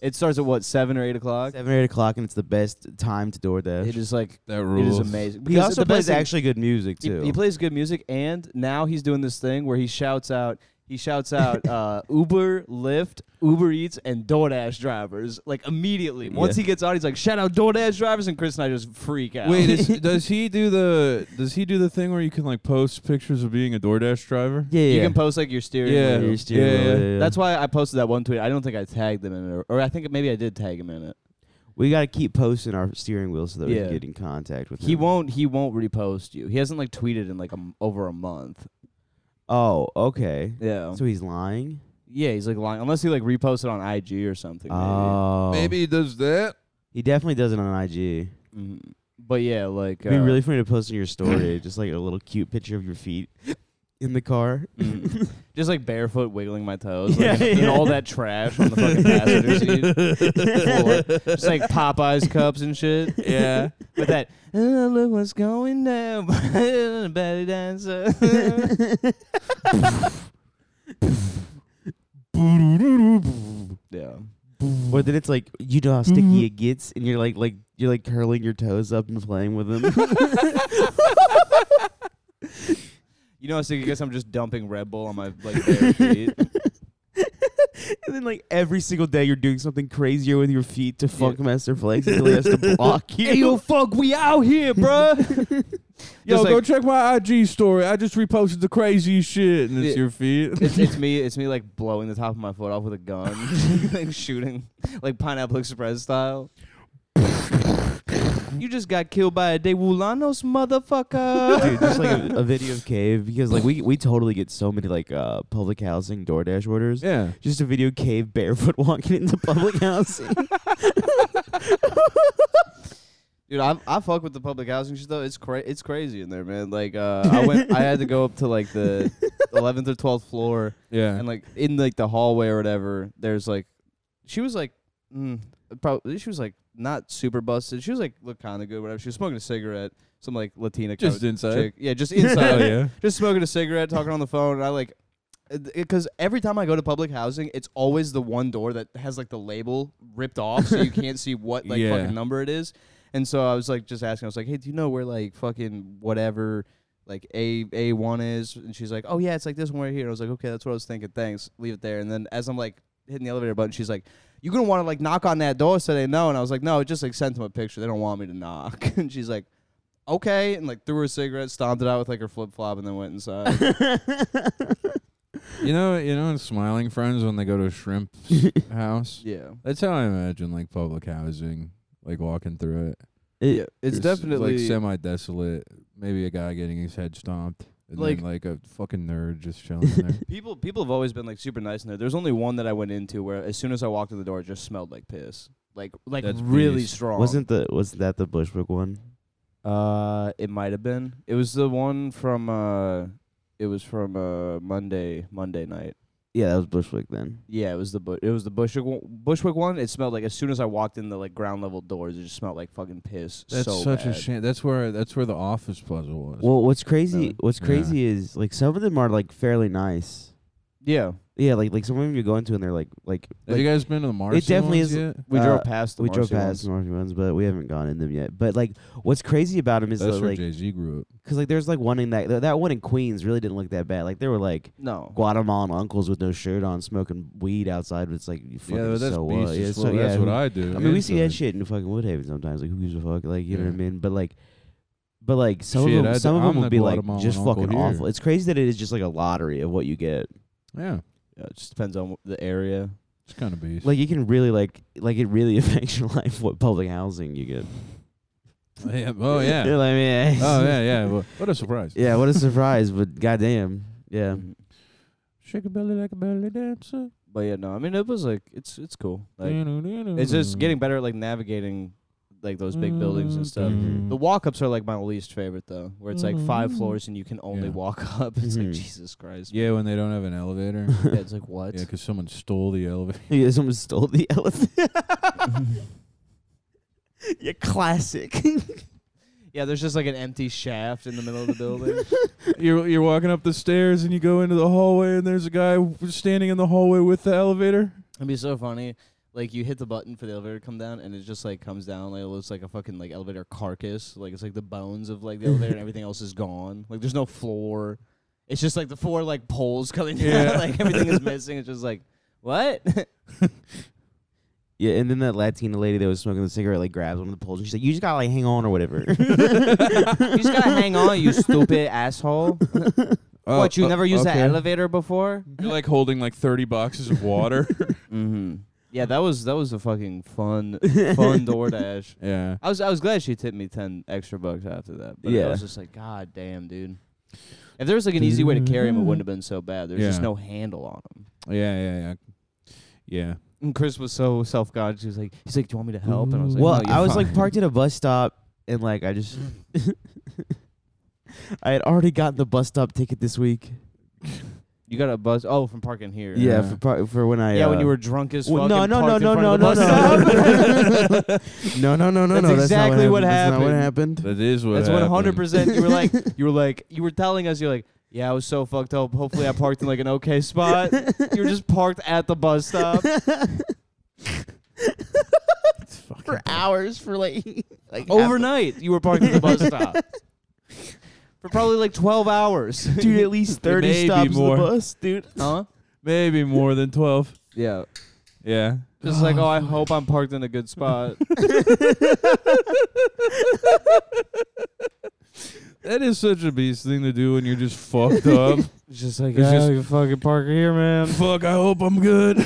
[SPEAKER 2] It starts at what seven or eight o'clock.
[SPEAKER 3] Seven or eight o'clock, and it's the best time to DoorDash.
[SPEAKER 2] It is like
[SPEAKER 1] That
[SPEAKER 2] it
[SPEAKER 1] rules.
[SPEAKER 2] is amazing.
[SPEAKER 3] he
[SPEAKER 2] Because
[SPEAKER 3] also
[SPEAKER 2] the best
[SPEAKER 3] plays
[SPEAKER 2] thing-
[SPEAKER 3] actually good music
[SPEAKER 2] he-
[SPEAKER 3] too.
[SPEAKER 2] He, plays good music, and now he's doing this thing where he shouts out. He shouts out uh, Uber, Lyft, Uber Eats, and DoorDash drivers like immediately. Once
[SPEAKER 3] Yeah.
[SPEAKER 2] he gets on, he's like, "Shout out DoorDash drivers!" And Chris and I just freak out.
[SPEAKER 1] Wait, is, does he do the does he do the thing where you can like post pictures of being a DoorDash driver?
[SPEAKER 3] yeah, yeah.
[SPEAKER 2] you can post like your steering
[SPEAKER 1] Yeah.
[SPEAKER 2] wheel.
[SPEAKER 3] Your steering
[SPEAKER 1] Yeah,
[SPEAKER 3] wheel,
[SPEAKER 1] yeah.
[SPEAKER 2] That's why I posted that one tweet. I don't think I tagged them in it, or, or I think maybe I did tag him in it.
[SPEAKER 3] we got to keep posting our steering wheel so that we
[SPEAKER 2] Yeah.
[SPEAKER 3] can get in contact with him.
[SPEAKER 2] He won't. He won't repost you. He hasn't like tweeted in like a m over a month.
[SPEAKER 3] Oh, okay.
[SPEAKER 2] Yeah.
[SPEAKER 3] So he's lying.
[SPEAKER 2] yeah, he's like lying unless he like reposted on IG or something. Maybe.
[SPEAKER 3] Oh,
[SPEAKER 1] Maybe he does that.
[SPEAKER 3] he definitely does it on IG.
[SPEAKER 2] Mhm. But yeah, like
[SPEAKER 3] It'd
[SPEAKER 2] uh,
[SPEAKER 3] be really funny to post in your story, just like a little cute picture of your feet in the car.
[SPEAKER 2] mm. just like barefoot wiggling my toes, like,
[SPEAKER 3] Yeah,
[SPEAKER 2] and, and
[SPEAKER 3] yeah.
[SPEAKER 2] all that trash on the fucking passenger seat, Full of- just like Popeyes cups and shit.
[SPEAKER 1] Yeah.
[SPEAKER 2] But that oh, look what's going down, belly dancer. yeah.
[SPEAKER 3] Or then it's like you know how sticky
[SPEAKER 2] Mm-hmm.
[SPEAKER 3] it gets, and you're like like you're like curling your toes up and playing with them.
[SPEAKER 2] You know, so I guess I'm just dumping Red Bull on my like bare feet.
[SPEAKER 3] and then like every single day you're doing something crazier with your feet to fuck Master Flex until he has to block you.
[SPEAKER 2] Hey, yo, fuck, we out here, bruh.
[SPEAKER 1] Yo,
[SPEAKER 2] Just
[SPEAKER 1] go
[SPEAKER 2] like-
[SPEAKER 1] check my IG story. I just reposted the craziest shit, and it's
[SPEAKER 2] Yeah.
[SPEAKER 1] your feet.
[SPEAKER 2] it's, it's me. It's me, like blowing the top of my foot off with a gun, like shooting, like Pineapple Express style. you just got killed by a De Wulanos motherfucker.
[SPEAKER 3] Dude, just like a, a video of Cave because like we we totally get so many like uh public housing DoorDash orders.
[SPEAKER 1] yeah.
[SPEAKER 3] Just a video of Cave barefoot walking into public housing.
[SPEAKER 2] Dude, I I fuck with the public housing shit though. It's cra- it's crazy in there, man. Like uh, I went, I had to go up to like the eleventh or twelfth floor,
[SPEAKER 1] Yeah.
[SPEAKER 2] and like in like the hallway or whatever. There's like, she was like, mm, probably she was like not super busted. She was like looked kind of good, whatever. She was smoking a cigarette. Some like Latina kinda
[SPEAKER 1] Just inside?
[SPEAKER 2] chick. yeah, just
[SPEAKER 1] oh,
[SPEAKER 2] inside,
[SPEAKER 1] yeah.
[SPEAKER 2] just smoking a cigarette, talking on the phone. And I like, because every time I go to public housing, it's always the one door that has like the label ripped off, so you can't see what like
[SPEAKER 1] Yeah.
[SPEAKER 2] fucking number it is. And so I was like, just asking. I was like, hey, do you know where like fucking whatever, like a a one is? And she's like, oh yeah, it's like this one right here. I was like, okay, that's what I was thinking. Thanks, leave it there. And then as I'm like hitting the elevator button, she's like. You're gonna want to like knock on that door so they know, and I was like, no, just like sent them a picture. They don't want me to knock. And she's like, okay, and like threw her cigarette, stomped it out with like her flip flop, and then went inside.
[SPEAKER 1] You know, you know, in smiling friends when they go to a shrimp house.
[SPEAKER 2] yeah.
[SPEAKER 1] That's how I imagine like public housing, like walking through it.
[SPEAKER 2] Yeah, it's
[SPEAKER 1] You're s-
[SPEAKER 2] definitely
[SPEAKER 1] like semi desolate. Maybe a guy getting his head stomped, and
[SPEAKER 2] Like-
[SPEAKER 1] then like a fucking nerd just chilling there.
[SPEAKER 2] people. People have always been like super nice in there. There's only one that I went into where as soon as I walked in the door, it just smelled like piss, like like
[SPEAKER 1] That's
[SPEAKER 2] really
[SPEAKER 1] beast.
[SPEAKER 2] strong.
[SPEAKER 3] Wasn't the was that the Bushwick one?
[SPEAKER 2] Uh, it might have been. It was the one from uh, it was from uh Monday Monday night.
[SPEAKER 3] Yeah, that was Bushwick then.
[SPEAKER 2] Yeah, it was the bu- it was the Bushwick one, Bushwick one. It smelled like as soon as I walked in the like ground level doors, it just smelled like fucking piss.
[SPEAKER 1] That's
[SPEAKER 2] so
[SPEAKER 1] such a
[SPEAKER 2] bad.
[SPEAKER 1] shame. That's where that's where the office puzzle was.
[SPEAKER 3] Well, what's crazy?
[SPEAKER 2] Yeah.
[SPEAKER 3] What's
[SPEAKER 1] Yeah.
[SPEAKER 3] crazy is like some of them are like fairly nice.
[SPEAKER 2] Yeah,
[SPEAKER 3] Yeah, like like some of them you go into and they're like like.
[SPEAKER 1] Have
[SPEAKER 3] like
[SPEAKER 1] you guys been to the Marcy
[SPEAKER 3] definitely
[SPEAKER 1] ones
[SPEAKER 3] is-
[SPEAKER 1] yet?
[SPEAKER 2] we
[SPEAKER 3] Uh,
[SPEAKER 2] drove past. The
[SPEAKER 3] we drove
[SPEAKER 2] Marcy
[SPEAKER 3] past
[SPEAKER 2] ones.
[SPEAKER 3] the Marcy ones, but we haven't gone in them yet. But like, what's crazy about them is
[SPEAKER 1] That's
[SPEAKER 3] that,
[SPEAKER 1] where
[SPEAKER 3] like,
[SPEAKER 1] Jay Z grew up.
[SPEAKER 3] because like there's like one in that that one in Queens really didn't look that bad. Like there were like
[SPEAKER 2] No,
[SPEAKER 3] Guatemalan uncles with no shirt on smoking weed outside. It's like you fucking
[SPEAKER 1] Yeah, but that's
[SPEAKER 3] so what?
[SPEAKER 1] beast.
[SPEAKER 3] Yeah,
[SPEAKER 1] as
[SPEAKER 3] so,
[SPEAKER 1] well. that's
[SPEAKER 3] yeah,
[SPEAKER 1] what
[SPEAKER 3] who-
[SPEAKER 1] I do.
[SPEAKER 3] I mean, we see that
[SPEAKER 1] inside.
[SPEAKER 3] shit in fucking Woodhaven sometimes. Like, who gives a fuck? Like, you know what I
[SPEAKER 1] Yeah.
[SPEAKER 3] mean? But like, But like some
[SPEAKER 1] Shit,
[SPEAKER 3] of them,
[SPEAKER 1] I d-
[SPEAKER 3] some of them
[SPEAKER 1] I'm
[SPEAKER 3] would
[SPEAKER 1] the
[SPEAKER 3] be like
[SPEAKER 1] Guatemalan
[SPEAKER 3] just
[SPEAKER 1] uncle
[SPEAKER 3] fucking
[SPEAKER 1] here.
[SPEAKER 3] awful. It's crazy that it is just like a lottery of what you get.
[SPEAKER 1] Yeah,
[SPEAKER 2] Yeah, it just depends on wh- the area.
[SPEAKER 1] it's kind of beast.
[SPEAKER 3] Like it can really like like it really affects your life what public housing you get.
[SPEAKER 1] Yeah, oh yeah.
[SPEAKER 3] You know what I mean?
[SPEAKER 1] Oh yeah, yeah. Well, what a surprise!
[SPEAKER 3] yeah. What a surprise! But goddamn, yeah.
[SPEAKER 2] Mhm.
[SPEAKER 1] Shake a belly like a belly dancer.
[SPEAKER 2] But yeah, no, I mean it was like it's it's cool. Like it's just getting better at like navigating like those big buildings
[SPEAKER 1] Mm,
[SPEAKER 2] and stuff.
[SPEAKER 1] Mm-hmm.
[SPEAKER 3] Mhm.
[SPEAKER 2] The walk ups are like my least favorite though, where it's like five
[SPEAKER 1] Mhm.
[SPEAKER 2] floors and you can only
[SPEAKER 1] Yeah.
[SPEAKER 2] walk up. It's
[SPEAKER 3] Mhm.
[SPEAKER 2] like Jesus Christ.
[SPEAKER 1] Yeah, when they don't have an elevator.
[SPEAKER 2] Yeah, it's like what?
[SPEAKER 1] yeah, because someone stole the elevator.
[SPEAKER 3] Yeah, someone stole the elephant. yeah, classic.
[SPEAKER 2] Yeah, there's just like an empty shaft in the middle of the building.
[SPEAKER 1] you're you're walking up the stairs and you go into the hallway and there's a guy w- standing in the hallway with the elevator.
[SPEAKER 2] It'd be so funny. Like you hit the button for the elevator to come down, and it just like comes down. Like it looks like a fucking like elevator carcass. Like it's like the bones of like the elevator, and everything else is gone. Like there's no floor. It's just like the four like poles coming down.
[SPEAKER 1] Yeah.
[SPEAKER 2] like everything is missing. It's just like what?
[SPEAKER 3] Yeah, and then that Latina lady that was smoking the cigarette like grabs one of the poles and she's like, "You just gotta like hang on or whatever."
[SPEAKER 2] you just gotta hang on, you stupid asshole. what you never used
[SPEAKER 1] use
[SPEAKER 2] the elevator before?
[SPEAKER 1] Oh, uh, You're like holding like 30 boxes of water.
[SPEAKER 2] Mm-hmm. Yeah, that was that was a fucking fun fun DoorDash.
[SPEAKER 1] yeah.
[SPEAKER 2] I was I was glad she tipped me ten extra bucks after that. But
[SPEAKER 3] Yeah.
[SPEAKER 2] I was just like, God damn, dude. If there was like an easy way to carry him, it wouldn't have been so bad. There's just
[SPEAKER 1] Yeah.
[SPEAKER 2] no handle on him.
[SPEAKER 1] Yeah, yeah, yeah. Yeah.
[SPEAKER 2] And Chris was so self conscious. He was like, he's like, do you want me to help? And I was like,
[SPEAKER 3] well,
[SPEAKER 2] "No, you're
[SPEAKER 3] I was
[SPEAKER 2] fine."
[SPEAKER 3] like parked at a bus stop and like I just I had already gotten the bus stop ticket this week.
[SPEAKER 2] you got a buzz. Oh, from parking here.
[SPEAKER 3] Yeah,
[SPEAKER 1] Yeah.
[SPEAKER 3] for par- for Uh-huh. when I
[SPEAKER 2] yeah, when
[SPEAKER 3] uh,
[SPEAKER 2] you were drunk as fuck.
[SPEAKER 3] Well, no,
[SPEAKER 2] and
[SPEAKER 3] no, no,
[SPEAKER 2] parked in
[SPEAKER 3] no,
[SPEAKER 2] front
[SPEAKER 3] no,
[SPEAKER 2] of
[SPEAKER 3] no,
[SPEAKER 2] the
[SPEAKER 3] no,
[SPEAKER 2] bus stop.
[SPEAKER 3] no, no, no, no,
[SPEAKER 2] That's
[SPEAKER 3] no.
[SPEAKER 2] exactly what
[SPEAKER 3] that's not That's
[SPEAKER 1] That is what
[SPEAKER 2] That's one
[SPEAKER 1] happened.
[SPEAKER 2] hundred percent. You were like, you were like, you were telling us, you're like, yeah, I was so fucked up. Hopefully, I parked in like an okay spot. you were just parked at the bus stop.
[SPEAKER 3] not what happened for hours for like like half-
[SPEAKER 2] Overnight, you were parked at the bus stop for probably like 12 hours.
[SPEAKER 3] dude. At least thirty
[SPEAKER 1] Maybe
[SPEAKER 3] stops
[SPEAKER 1] more.
[SPEAKER 3] of the bus, dude.
[SPEAKER 2] huh?
[SPEAKER 1] Maybe more than 12.
[SPEAKER 2] Yeah.
[SPEAKER 1] Yeah.
[SPEAKER 2] Just like, oh, I hope I'm parked in a good spot.
[SPEAKER 1] That is such a beast thing to do when you're just fucked up.
[SPEAKER 2] It's just like,
[SPEAKER 1] It's
[SPEAKER 2] yeah,
[SPEAKER 1] just-
[SPEAKER 2] you fucking park here, man.
[SPEAKER 1] Fuck, I hope I'm good.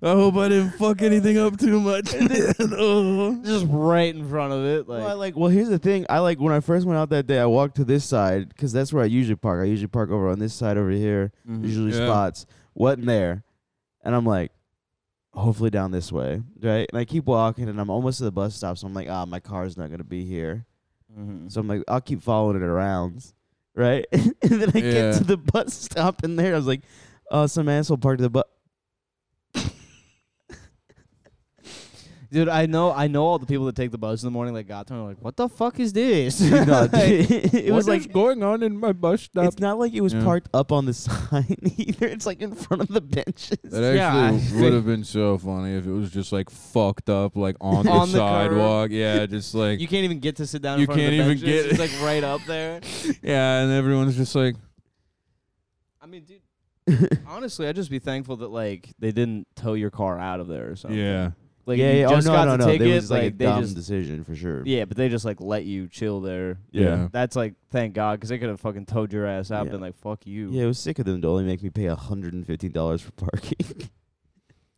[SPEAKER 1] I hope I didn't fuck anything up too much. oh.
[SPEAKER 2] Just right in front of it.
[SPEAKER 3] well, I
[SPEAKER 2] Like,
[SPEAKER 3] like. Well, here's the thing. I like when I first went out that day. I walked to this side because that's where I usually park. I usually park over on this side over here.
[SPEAKER 2] Mm,
[SPEAKER 3] Usually
[SPEAKER 1] Yeah.
[SPEAKER 3] spots wasn't there, and I'm like, hopefully down this way, right? And I keep walking, and I'm almost to the bus stop. So I'm like, ah, my car's not gonna be here.
[SPEAKER 1] Mm-hmm.
[SPEAKER 3] So I'm like, I'll keep following it around, right? and then I
[SPEAKER 1] Yeah.
[SPEAKER 3] get to the bus stop, and there I was like, oh, some asshole parked the bus.
[SPEAKER 2] dude, I know, I know all the people that take the bus in the morning. Like, got to, I'm like, what the fuck is this?
[SPEAKER 3] no, dude,
[SPEAKER 2] Like,
[SPEAKER 3] it was like
[SPEAKER 1] going on in my bus stop?
[SPEAKER 3] It's not like it was
[SPEAKER 1] Yeah.
[SPEAKER 3] parked up on the sign either. It's like in front of the benches.
[SPEAKER 1] That
[SPEAKER 2] Yeah, I
[SPEAKER 1] actually
[SPEAKER 2] think-
[SPEAKER 1] would have been so funny if it was just like fucked up, like on,
[SPEAKER 2] On the
[SPEAKER 1] the,
[SPEAKER 2] curb.
[SPEAKER 1] sidewalk. Yeah, just like
[SPEAKER 2] you can't even get to sit down.
[SPEAKER 1] You
[SPEAKER 2] in front
[SPEAKER 1] can't
[SPEAKER 2] of the
[SPEAKER 1] even
[SPEAKER 2] benches.
[SPEAKER 1] get-
[SPEAKER 2] It's like right up there.
[SPEAKER 1] yeah, and everyone's just like,
[SPEAKER 2] I mean, dude. honestly, I'd just be thankful that like they didn't tow your car out of there or something.
[SPEAKER 1] yeah,
[SPEAKER 2] Like you
[SPEAKER 3] Oh,
[SPEAKER 2] just got the ticket,
[SPEAKER 3] There was like,
[SPEAKER 2] like,
[SPEAKER 3] a
[SPEAKER 2] they
[SPEAKER 3] dumb
[SPEAKER 2] just
[SPEAKER 3] decision for sure.
[SPEAKER 2] yeah, but they just like let you chill there.
[SPEAKER 1] Yeah.
[SPEAKER 2] that's like thank God because they could have fucking towed your ass out
[SPEAKER 3] Yeah.
[SPEAKER 2] and been like fuck you.
[SPEAKER 3] Yeah, it was sick of them to only make me pay hundred and fifty dollars for parking.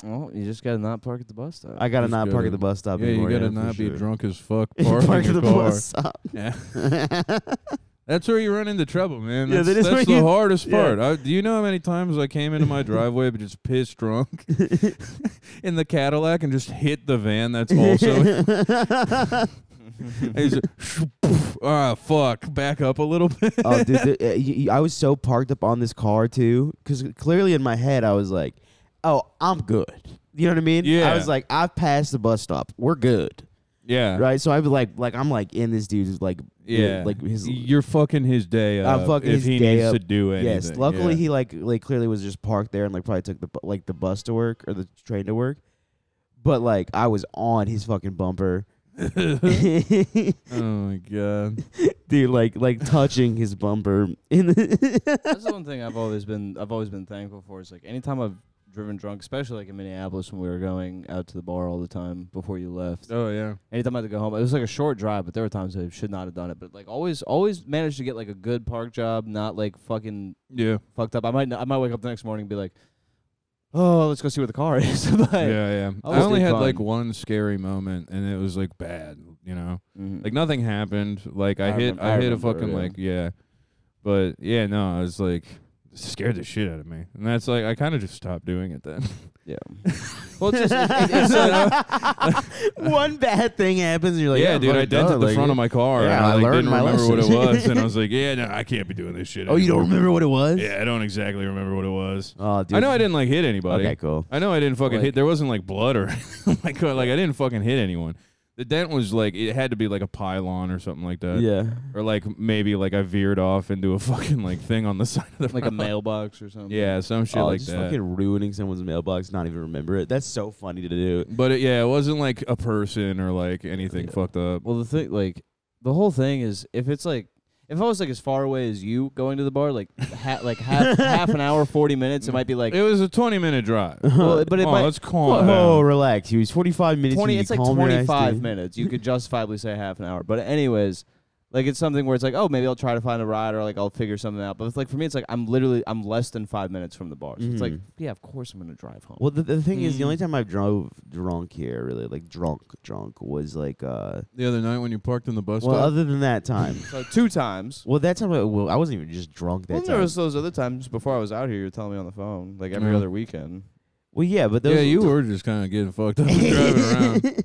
[SPEAKER 2] Well, you just gotta not park at the bus stop.
[SPEAKER 3] I gotta
[SPEAKER 1] Just
[SPEAKER 3] not park
[SPEAKER 1] gotta-
[SPEAKER 3] at the bus stop.
[SPEAKER 1] yeah. You
[SPEAKER 3] anymore,
[SPEAKER 1] gotta
[SPEAKER 3] for
[SPEAKER 1] not be
[SPEAKER 3] sure.
[SPEAKER 1] drunk as fuck parking
[SPEAKER 3] park at
[SPEAKER 1] your
[SPEAKER 3] the
[SPEAKER 1] car.
[SPEAKER 3] bus stop.
[SPEAKER 1] Yeah, that's where you run into trouble, man.
[SPEAKER 3] Yeah,
[SPEAKER 1] That's,
[SPEAKER 3] that is
[SPEAKER 1] that's
[SPEAKER 3] where
[SPEAKER 1] the
[SPEAKER 3] you-
[SPEAKER 1] hardest
[SPEAKER 3] yeah.
[SPEAKER 1] part. I, do you know how many times I came into my driveway but just pissed drunk in the Cadillac and just hit the van? That's also. I just, ah, fuck, back up a little bit.
[SPEAKER 3] oh, dude, the, uh, y- y- I was so parked up on this car too, because clearly in my head I was like, "Oh, I'm good." You know what I mean? I
[SPEAKER 1] Yeah.
[SPEAKER 3] was like, "I've passed the bus stop. We're good."
[SPEAKER 1] Yeah,
[SPEAKER 3] right? So I was like, like I'm like in this dude's like,
[SPEAKER 1] Yeah,
[SPEAKER 3] like his.
[SPEAKER 1] You're fucking his day
[SPEAKER 3] I'm
[SPEAKER 1] up.
[SPEAKER 3] fucking
[SPEAKER 1] if
[SPEAKER 3] his
[SPEAKER 1] he
[SPEAKER 3] day
[SPEAKER 1] needs
[SPEAKER 3] up.
[SPEAKER 1] to do anything.
[SPEAKER 3] yes, luckily
[SPEAKER 1] yeah.
[SPEAKER 3] he like like clearly was just parked there and like probably took the bu- like the bus to work or the train to work, but like I was on his fucking bumper, dude,
[SPEAKER 1] Oh my god.
[SPEAKER 3] like like touching his bumper in the
[SPEAKER 2] That's the one thing I've always been I've always been thankful for is like anytime I've driven drunk, especially like in Minneapolis when we were going out to the bar all the time before you left.
[SPEAKER 1] Oh yeah.
[SPEAKER 2] Anytime I had to go home, it was like a short drive, but there were times I should not have done it. But like always, always managed to get like a good park job, not like fucking
[SPEAKER 1] Yeah.
[SPEAKER 2] fucked up. I might, I might wake up the next morning and be like, oh, let's go see where the car is. but
[SPEAKER 1] yeah, yeah. I
[SPEAKER 2] always
[SPEAKER 1] only
[SPEAKER 2] did
[SPEAKER 1] had like
[SPEAKER 2] fun.
[SPEAKER 1] one scary moment and it was like bad, you know.
[SPEAKER 2] Mhm.
[SPEAKER 1] Like nothing happened. Like I,
[SPEAKER 2] I
[SPEAKER 1] hit
[SPEAKER 2] remem-
[SPEAKER 1] I,
[SPEAKER 2] I
[SPEAKER 1] hit a
[SPEAKER 2] remember,
[SPEAKER 1] fucking
[SPEAKER 2] yeah.
[SPEAKER 1] like yeah. But yeah, no, I was like scared the shit out of me. And that's like I kind of just stopped doing it then.
[SPEAKER 2] yeah. well, it's just it, it, it's uh,
[SPEAKER 3] One bad thing happens, and you're like, "Oh,
[SPEAKER 1] yeah, dude, I dented the front of my car and
[SPEAKER 3] yeah,
[SPEAKER 1] I,
[SPEAKER 3] I
[SPEAKER 1] like,
[SPEAKER 3] learned
[SPEAKER 1] didn't
[SPEAKER 3] my
[SPEAKER 1] remember what it
[SPEAKER 3] lesson.
[SPEAKER 1] was and I was like, yeah, no, I can't be doing this shit.
[SPEAKER 3] Oh, you don't
[SPEAKER 1] anymore.
[SPEAKER 3] remember what it was?
[SPEAKER 1] Yeah, I don't exactly remember what it was.
[SPEAKER 3] Oh, dude.
[SPEAKER 1] I know I didn't like hit anybody.
[SPEAKER 3] Okay, cool.
[SPEAKER 1] I know I didn't fucking
[SPEAKER 2] Like-
[SPEAKER 1] hit. There wasn't like blood or like uh, like I didn't fucking hit anyone. The dent was like it had to be like a pylon or something like that.
[SPEAKER 3] yeah.
[SPEAKER 1] Or like maybe like I veered off into a fucking like thing on the side of the
[SPEAKER 2] like a
[SPEAKER 1] road.
[SPEAKER 2] mailbox or something.
[SPEAKER 1] Yeah, some shit
[SPEAKER 3] oh,
[SPEAKER 1] like
[SPEAKER 3] just
[SPEAKER 1] that.
[SPEAKER 3] fucking ruining someone's mailbox, not even remember it. That's so funny to do.
[SPEAKER 1] but it, yeah, it wasn't like a person or like anything
[SPEAKER 2] Yeah.
[SPEAKER 1] fucked up.
[SPEAKER 2] Well, the thing, like, the whole thing is, if it's like, if I was like as far away as you going to the bar, like, ha- like half half an hour, forty minutes, it might be like,
[SPEAKER 1] it was a twenty minute drive.
[SPEAKER 2] well, but it
[SPEAKER 1] Come on,
[SPEAKER 2] might
[SPEAKER 1] let's calm
[SPEAKER 3] Oh,
[SPEAKER 1] down.
[SPEAKER 3] relax. He was 45 minutes.
[SPEAKER 2] twenty.
[SPEAKER 3] you
[SPEAKER 2] It's like
[SPEAKER 3] calm your ass
[SPEAKER 2] twenty five
[SPEAKER 3] down.
[SPEAKER 2] minutes. You could justifiably say half an hour, but anyways. Like it's something where it's like, oh, maybe I'll try to find a ride or like I'll figure something out. But it's like for me, it's like I'm literally I'm less than five minutes from the bar, so it's like,
[SPEAKER 3] Mhm.
[SPEAKER 2] yeah, of course I'm gonna drive home.
[SPEAKER 3] Well, the, the thing is, the
[SPEAKER 1] Mm.
[SPEAKER 3] only time I drove drunk here, really, like drunk, drunk, was like, uh,
[SPEAKER 1] The other night when you parked in the bus
[SPEAKER 3] well,
[SPEAKER 1] stop.
[SPEAKER 3] other than that time.
[SPEAKER 2] So two times.
[SPEAKER 3] well, that time, I, well, I wasn't even just drunk that
[SPEAKER 2] Well, there
[SPEAKER 3] time.
[SPEAKER 2] was those other times before I was out here. You were telling me on the phone, like every
[SPEAKER 1] Yeah.
[SPEAKER 2] other weekend.
[SPEAKER 3] well, yeah, but those
[SPEAKER 1] yeah, you were just kind of getting fucked up and driving around.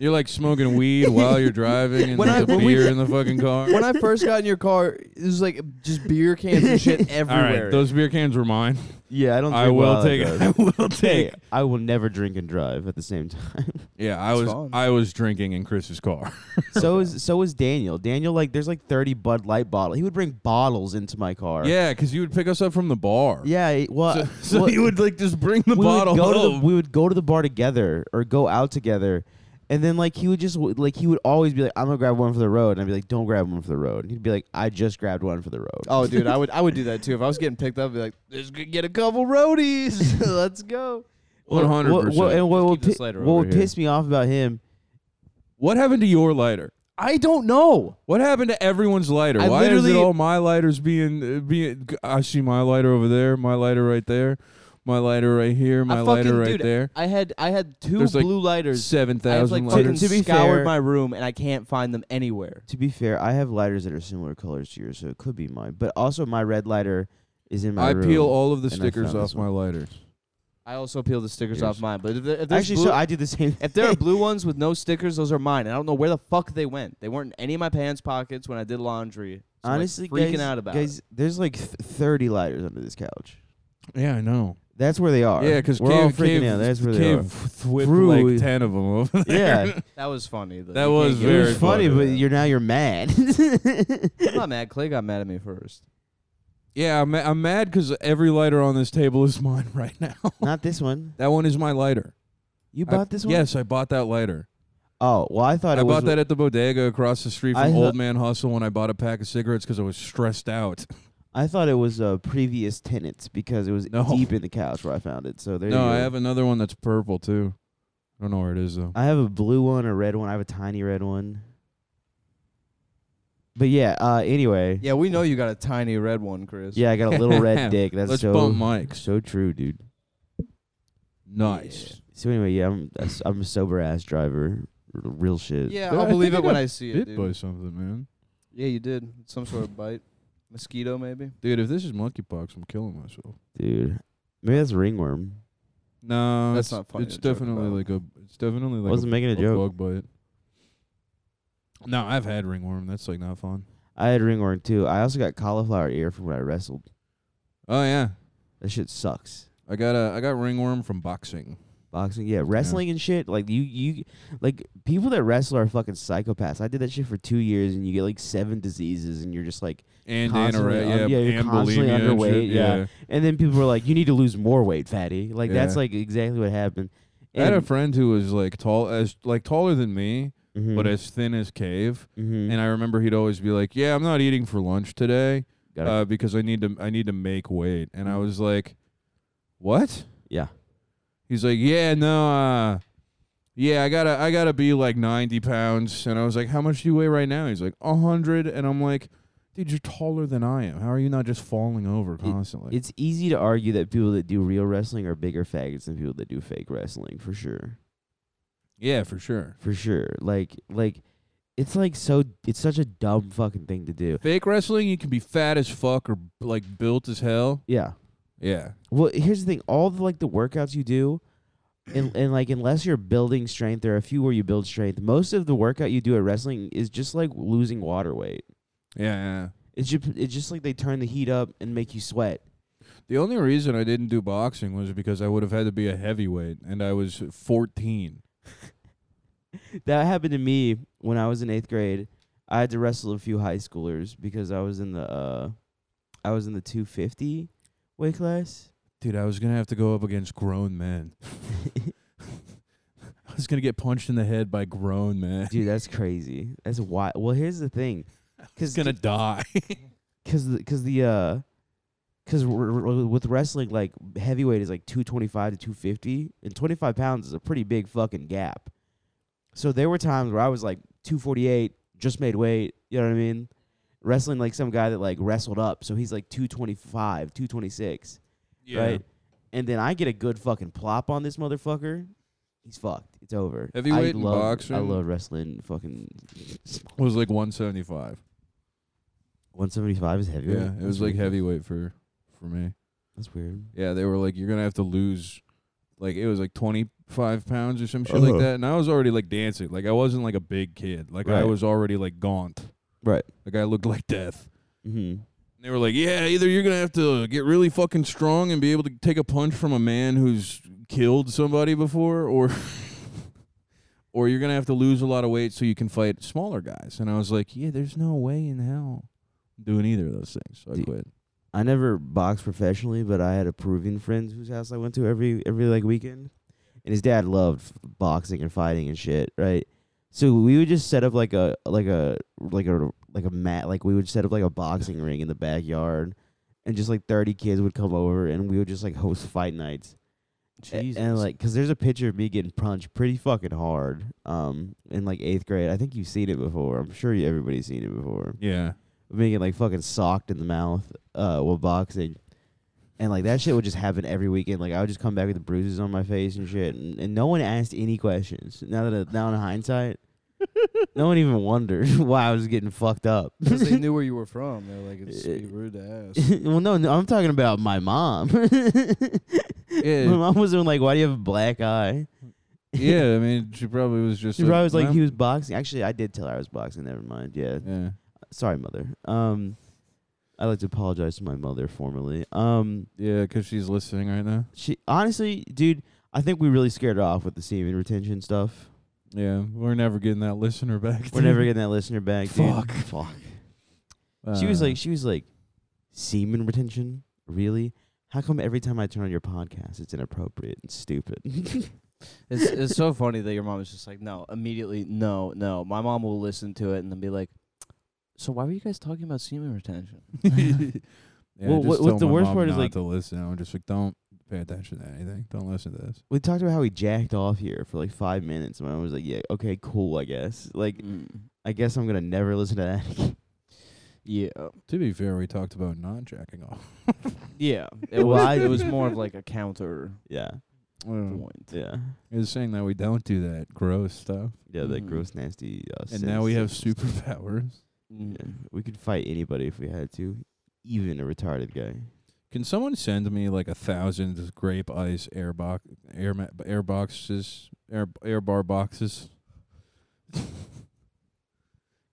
[SPEAKER 1] You're like smoking weed while you're driving and
[SPEAKER 2] When I-
[SPEAKER 1] there's a
[SPEAKER 2] when we-
[SPEAKER 1] beer in the fucking car.
[SPEAKER 2] when I first got in your car, it was like just beer cans and shit
[SPEAKER 1] All
[SPEAKER 2] everywhere.
[SPEAKER 1] right, those beer cans were mine.
[SPEAKER 3] Yeah, I don't.
[SPEAKER 1] I
[SPEAKER 3] drink while
[SPEAKER 1] will take.
[SPEAKER 3] drive.
[SPEAKER 1] I will
[SPEAKER 3] Hey,
[SPEAKER 1] take.
[SPEAKER 3] I will never drink and drive at the same time.
[SPEAKER 1] Yeah, I
[SPEAKER 2] It's
[SPEAKER 1] was.
[SPEAKER 2] fine.
[SPEAKER 1] I was drinking in Chris's car.
[SPEAKER 3] so is so is Daniel. Daniel, like, there's like 30 Bud Light bottles. He would bring bottles into my car.
[SPEAKER 1] yeah, because you would pick us up from the bar.
[SPEAKER 3] Yeah. he-
[SPEAKER 1] So,
[SPEAKER 3] Well,
[SPEAKER 1] so
[SPEAKER 3] well,
[SPEAKER 1] you would like just bring the
[SPEAKER 3] we
[SPEAKER 1] bottle
[SPEAKER 3] would go to the,
[SPEAKER 1] home.
[SPEAKER 3] we would go to the bar together or go out together. And then like he would just w- like he would always be like I'm gonna grab one for the road and I'd be like don't grab one for the road and he'd be like I just grabbed one for the road.
[SPEAKER 2] Oh, dude, I would I would do that too if I was getting picked up. I'd be like, "There's gonna get a couple roadies. Let's go."
[SPEAKER 3] What- what-
[SPEAKER 1] 100%.
[SPEAKER 3] what- And what
[SPEAKER 2] Just
[SPEAKER 3] would,
[SPEAKER 2] keep this
[SPEAKER 3] pi-
[SPEAKER 2] lighter
[SPEAKER 3] what
[SPEAKER 2] over
[SPEAKER 3] would
[SPEAKER 2] here.
[SPEAKER 3] piss me off about him?
[SPEAKER 1] What happened to your lighter?
[SPEAKER 2] I don't know.
[SPEAKER 1] What happened to everyone's lighter?
[SPEAKER 2] I
[SPEAKER 1] Why is it
[SPEAKER 2] literally-
[SPEAKER 1] all my lighters being uh, being? g- I see my lighter over there. My lighter right there. My lighter right here. My
[SPEAKER 2] I
[SPEAKER 1] lighter
[SPEAKER 2] fucking-
[SPEAKER 1] right
[SPEAKER 2] dude,
[SPEAKER 1] there.
[SPEAKER 2] I had I had two
[SPEAKER 1] There's, like,
[SPEAKER 2] blue lighters.
[SPEAKER 1] Seven
[SPEAKER 2] I have
[SPEAKER 1] thousand
[SPEAKER 2] like
[SPEAKER 1] lighters.
[SPEAKER 2] fucking
[SPEAKER 3] To be
[SPEAKER 2] scoured
[SPEAKER 3] fair-
[SPEAKER 2] my room and I can't find them anywhere.
[SPEAKER 3] To be fair, I have lighters that are similar colors to yours, so it could be mine. But also my red lighter is in my
[SPEAKER 1] I
[SPEAKER 3] room.
[SPEAKER 1] peel all of the
[SPEAKER 3] and I
[SPEAKER 1] stickers
[SPEAKER 3] found
[SPEAKER 1] off
[SPEAKER 3] this one.
[SPEAKER 1] my lighters.
[SPEAKER 2] I also peeled the stickers off
[SPEAKER 3] Here's-
[SPEAKER 2] mine, but if, there, if there's
[SPEAKER 3] Actually,
[SPEAKER 2] blue,
[SPEAKER 3] so I do the same.
[SPEAKER 2] if there are blue ones with no stickers, those are mine. I don't know where the fuck they went. They weren't in any of my pants pockets when I did laundry. So I'm, like,
[SPEAKER 3] Honestly,
[SPEAKER 2] freaking
[SPEAKER 3] guys,
[SPEAKER 2] out about it.
[SPEAKER 3] guys, there's like th- 30 lighters under this couch.
[SPEAKER 1] Yeah, I know.
[SPEAKER 3] That's where they are.
[SPEAKER 1] Yeah, because
[SPEAKER 3] we're
[SPEAKER 1] Cave,
[SPEAKER 3] all freaking
[SPEAKER 1] Cave,
[SPEAKER 3] out. That's where
[SPEAKER 1] Cave
[SPEAKER 3] they
[SPEAKER 1] f- whipped
[SPEAKER 3] Threw-
[SPEAKER 1] like ten of them over
[SPEAKER 3] are. Yeah,
[SPEAKER 2] That was funny. Though.
[SPEAKER 1] That
[SPEAKER 2] You can't
[SPEAKER 1] was
[SPEAKER 2] get
[SPEAKER 3] it was
[SPEAKER 1] Very
[SPEAKER 3] funny,
[SPEAKER 1] funny.
[SPEAKER 3] but you're now you're mad.
[SPEAKER 2] I'm not mad. Clay got mad at me first.
[SPEAKER 1] Yeah, I'm, ma- I'm mad because every lighter on this table is mine right now.
[SPEAKER 3] Not this one.
[SPEAKER 1] that one is my lighter.
[SPEAKER 3] You
[SPEAKER 1] I-
[SPEAKER 3] bought this one?
[SPEAKER 1] Yes, I bought that lighter.
[SPEAKER 3] Oh well, I thought
[SPEAKER 1] I
[SPEAKER 3] it was
[SPEAKER 1] bought that at the bodega across the street from
[SPEAKER 3] I thought-
[SPEAKER 1] Old Man Hustle when I bought a pack of cigarettes because I was stressed out.
[SPEAKER 3] I thought it was uh, previous tenants because it was
[SPEAKER 1] No.
[SPEAKER 3] deep in the couch where I found it. So there. you
[SPEAKER 1] no,
[SPEAKER 3] go.
[SPEAKER 1] I have another one that's purple too. I don't know where it is though.
[SPEAKER 3] I have a blue one, a red one. I have a tiny red one. But yeah. Uh. Anyway.
[SPEAKER 2] Yeah, we know you got a tiny red one, Chris.
[SPEAKER 3] Yeah, I got a little red dick. That's
[SPEAKER 1] Let's
[SPEAKER 3] so
[SPEAKER 1] bump mics.
[SPEAKER 3] so true, dude.
[SPEAKER 1] Nice.
[SPEAKER 3] So anyway, yeah, I'm a s- I'm a sober ass driver. R- real shit.
[SPEAKER 2] Yeah,
[SPEAKER 1] Dude,
[SPEAKER 2] I'll
[SPEAKER 1] I
[SPEAKER 2] believe
[SPEAKER 1] think
[SPEAKER 2] it
[SPEAKER 1] I
[SPEAKER 2] when
[SPEAKER 1] got
[SPEAKER 2] I see it,
[SPEAKER 1] Bit
[SPEAKER 2] dude.
[SPEAKER 1] by something, man.
[SPEAKER 2] Yeah, you did. Some sort of bite. Mosquito, maybe.
[SPEAKER 1] Dude, if this is monkeypox, I'm killing myself.
[SPEAKER 3] Dude. Maybe that's ringworm.
[SPEAKER 1] No,
[SPEAKER 2] That's
[SPEAKER 1] it's,
[SPEAKER 2] not funny
[SPEAKER 1] It's
[SPEAKER 2] to joke
[SPEAKER 1] definitely
[SPEAKER 2] about.
[SPEAKER 1] like a. It's definitely like
[SPEAKER 3] I wasn't making
[SPEAKER 1] a,
[SPEAKER 3] a joke.
[SPEAKER 1] bug bite. No, I've had ringworm. That's like not fun.
[SPEAKER 3] I had ringworm too. I also got cauliflower ear from when I wrestled.
[SPEAKER 1] Oh yeah,
[SPEAKER 3] That shit sucks.
[SPEAKER 1] I got a. I got ringworm from boxing.
[SPEAKER 3] Boxing, yeah, wrestling and shit. Like you, you, like people that wrestle are fucking psychopaths. I did that shit for two years, and you get like seven diseases, and you're just like,
[SPEAKER 1] And
[SPEAKER 3] Constantly
[SPEAKER 1] anorexia,
[SPEAKER 3] un- yeah, you're
[SPEAKER 1] and
[SPEAKER 3] constantly
[SPEAKER 1] bulimia and shit,
[SPEAKER 3] underweight, yeah. and then people were like, you need to lose more weight, fatty. Like that's
[SPEAKER 1] Yeah.
[SPEAKER 3] like exactly what happened.
[SPEAKER 1] I had a
[SPEAKER 3] And-
[SPEAKER 1] friend who was like tall as like taller than me,
[SPEAKER 3] Mhm,
[SPEAKER 1] but as thin as cave.
[SPEAKER 3] mhm.
[SPEAKER 1] And I remember he'd always be like, "Yeah, I'm not eating for lunch today
[SPEAKER 3] Got it. Hmm.
[SPEAKER 1] uh, because I need to. I need to make weight." And I was like, "What?
[SPEAKER 3] Yeah.
[SPEAKER 1] He's like, yeah, no, uh, yeah, I gotta, I gotta be like ninety pounds. And I was like, how much do you weigh right now? He's like, hundred. And I'm like, dude, you're taller than I am. How are you not just falling over constantly?
[SPEAKER 3] It's easy to argue that people that do real wrestling are bigger faggots than people that do fake wrestling, for sure.
[SPEAKER 1] yeah, for sure.
[SPEAKER 3] For sure. Like like it's like so it's such a dumb fucking thing to do.
[SPEAKER 1] Fake wrestling, you can be fat as fuck or like built as hell.
[SPEAKER 3] Yeah.
[SPEAKER 1] Yeah,
[SPEAKER 3] Well, here's the thing. All the like the workouts you do, and, and like unless you're building strength, there are a few where you build strength. Most of the workout you do at wrestling is just like losing water weight.
[SPEAKER 1] yeah, yeah.
[SPEAKER 3] It's just it's just like they turn the heat up and make you sweat.
[SPEAKER 1] The only reason I didn't do boxing was because I would have had to be a heavyweight, and I was 14.
[SPEAKER 3] That happened to me when I was in eighth grade. I had to wrestle a few high schoolers because I was in the uh, I was in the 250 weight class.
[SPEAKER 1] Dude, I was gonna have to go up against grown men. I was gonna get punched in the head by grown men.
[SPEAKER 3] Dude, that's crazy. That's wild. Well, here's the thing, because
[SPEAKER 1] It's gonna die.
[SPEAKER 3] because because the uh because with wrestling like heavyweight is like 225 to 250 and 25 pounds is a pretty big fucking gap so there were times where i was like 248 just made weight you know what i mean wrestling like some guy that like wrestled up so he's like 225 226 right and then i get a good fucking plop on this motherfucker he's fucked it's over I
[SPEAKER 1] Heavyweight and
[SPEAKER 3] love- i
[SPEAKER 1] boxing?
[SPEAKER 3] love wrestling fucking
[SPEAKER 1] It was like 175.
[SPEAKER 3] 175 is heavyweight
[SPEAKER 1] Yeah, it was like
[SPEAKER 3] That's weird.
[SPEAKER 1] heavyweight for for me.
[SPEAKER 3] that's weird
[SPEAKER 1] Yeah, they were like, you're gonna have to lose, like it was like 25 pounds or some shit like
[SPEAKER 3] Uh-huh.
[SPEAKER 1] that. And I was already like dancing. Like I wasn't like a big kid. Like I
[SPEAKER 3] Right.
[SPEAKER 1] was already like gaunt.
[SPEAKER 3] Right.
[SPEAKER 1] Like I looked like death.
[SPEAKER 3] mm-hmm
[SPEAKER 1] And they were like, "Yeah, either you're gonna have to get really fucking strong and be able to take a punch from a man who's killed somebody before, or or you're gonna have to lose a lot of weight so you can fight smaller guys." And I was like, "Yeah, there's no way in hell I'm doing either of those things." So I
[SPEAKER 3] Dude.
[SPEAKER 1] quit.
[SPEAKER 3] I never boxed professionally, but I had a proving friend whose house I went to every every like weekend, and his dad loved f- boxing and fighting and shit, right? So we would just set up like a like a like a like a mat like we would set up like a boxing ring in the backyard, and just like thirty kids would come over and we would just like host fight nights. A- And like, cause there's a picture of me getting punched pretty fucking hard, um, in like eighth grade. I think you've seen it before. I'm sure you, everybody's seen it before
[SPEAKER 1] Yeah,
[SPEAKER 3] being like fucking socked in the mouth uh, while boxing. And like that shit would just happen every weekend. Like I would just come back with the bruises on my face and shit, and, and no one asked any questions. Now that now in hindsight, no one even wondered why I was getting fucked up.
[SPEAKER 2] Because they knew where you were from. They're like, it's
[SPEAKER 3] Yeah.
[SPEAKER 2] be rude to ask.
[SPEAKER 3] well, no, no, I'm talking about my mom.
[SPEAKER 1] yeah,
[SPEAKER 3] My mom was the one like, "Why do you have a black eye?"
[SPEAKER 1] yeah. I mean, she probably was just.
[SPEAKER 3] She
[SPEAKER 1] like,
[SPEAKER 3] probably was like,
[SPEAKER 1] "Ma'am."
[SPEAKER 3] "He was boxing." Actually, I did tell her I was boxing. Never mind. Yeah,
[SPEAKER 1] Yeah.
[SPEAKER 3] sorry, mother. Um, I like to apologize to my mother formally. Um.
[SPEAKER 1] Yeah, 'cause she's listening right now.
[SPEAKER 3] She honestly, dude, I think we really scared her off with the semen retention stuff.
[SPEAKER 1] Yeah, we're never getting that listener back.
[SPEAKER 3] We're never getting that listener back, dude.
[SPEAKER 1] Fuck. Uh.
[SPEAKER 3] Fuck. She was like, she was like, semen retention, really? How come every time I turn on your podcast, it's inappropriate and stupid?
[SPEAKER 2] It's it's so funny that your mom is just like, no, immediately, no, no. My mom will listen to it and then be like, so why were you guys talking about semen retention?
[SPEAKER 1] Uh. Yeah,
[SPEAKER 3] Well,
[SPEAKER 1] just
[SPEAKER 3] what- what's
[SPEAKER 1] tell
[SPEAKER 3] the
[SPEAKER 1] my
[SPEAKER 3] worst
[SPEAKER 1] mom
[SPEAKER 3] part is,
[SPEAKER 1] not
[SPEAKER 3] like-
[SPEAKER 1] to listen. I'm just like, don't pay attention to anything. Don't listen to this.
[SPEAKER 3] we talked about how we jacked off here for like five minutes, and I was like, yeah, okay, cool, I guess. Like, I guess I'm gonna never listen to that. again.
[SPEAKER 2] Yeah,
[SPEAKER 1] To be fair, we talked about not jacking off.
[SPEAKER 2] yeah. It was
[SPEAKER 3] Why?
[SPEAKER 2] it was more of like a counter
[SPEAKER 3] yeah,
[SPEAKER 2] point.
[SPEAKER 3] yeah,
[SPEAKER 1] Is saying that we don't do that gross stuff,
[SPEAKER 3] yeah. That
[SPEAKER 2] Mhm.
[SPEAKER 3] gross, nasty. Uh,
[SPEAKER 1] Mm. and
[SPEAKER 3] sin-
[SPEAKER 1] now we have
[SPEAKER 3] sin-
[SPEAKER 1] superpowers.
[SPEAKER 2] Mm.
[SPEAKER 3] Yeah, we could fight anybody if we had to, even a retarded guy.
[SPEAKER 1] Can someone send me like a thousand grape ice air box, air ma- air boxes, air air bar boxes?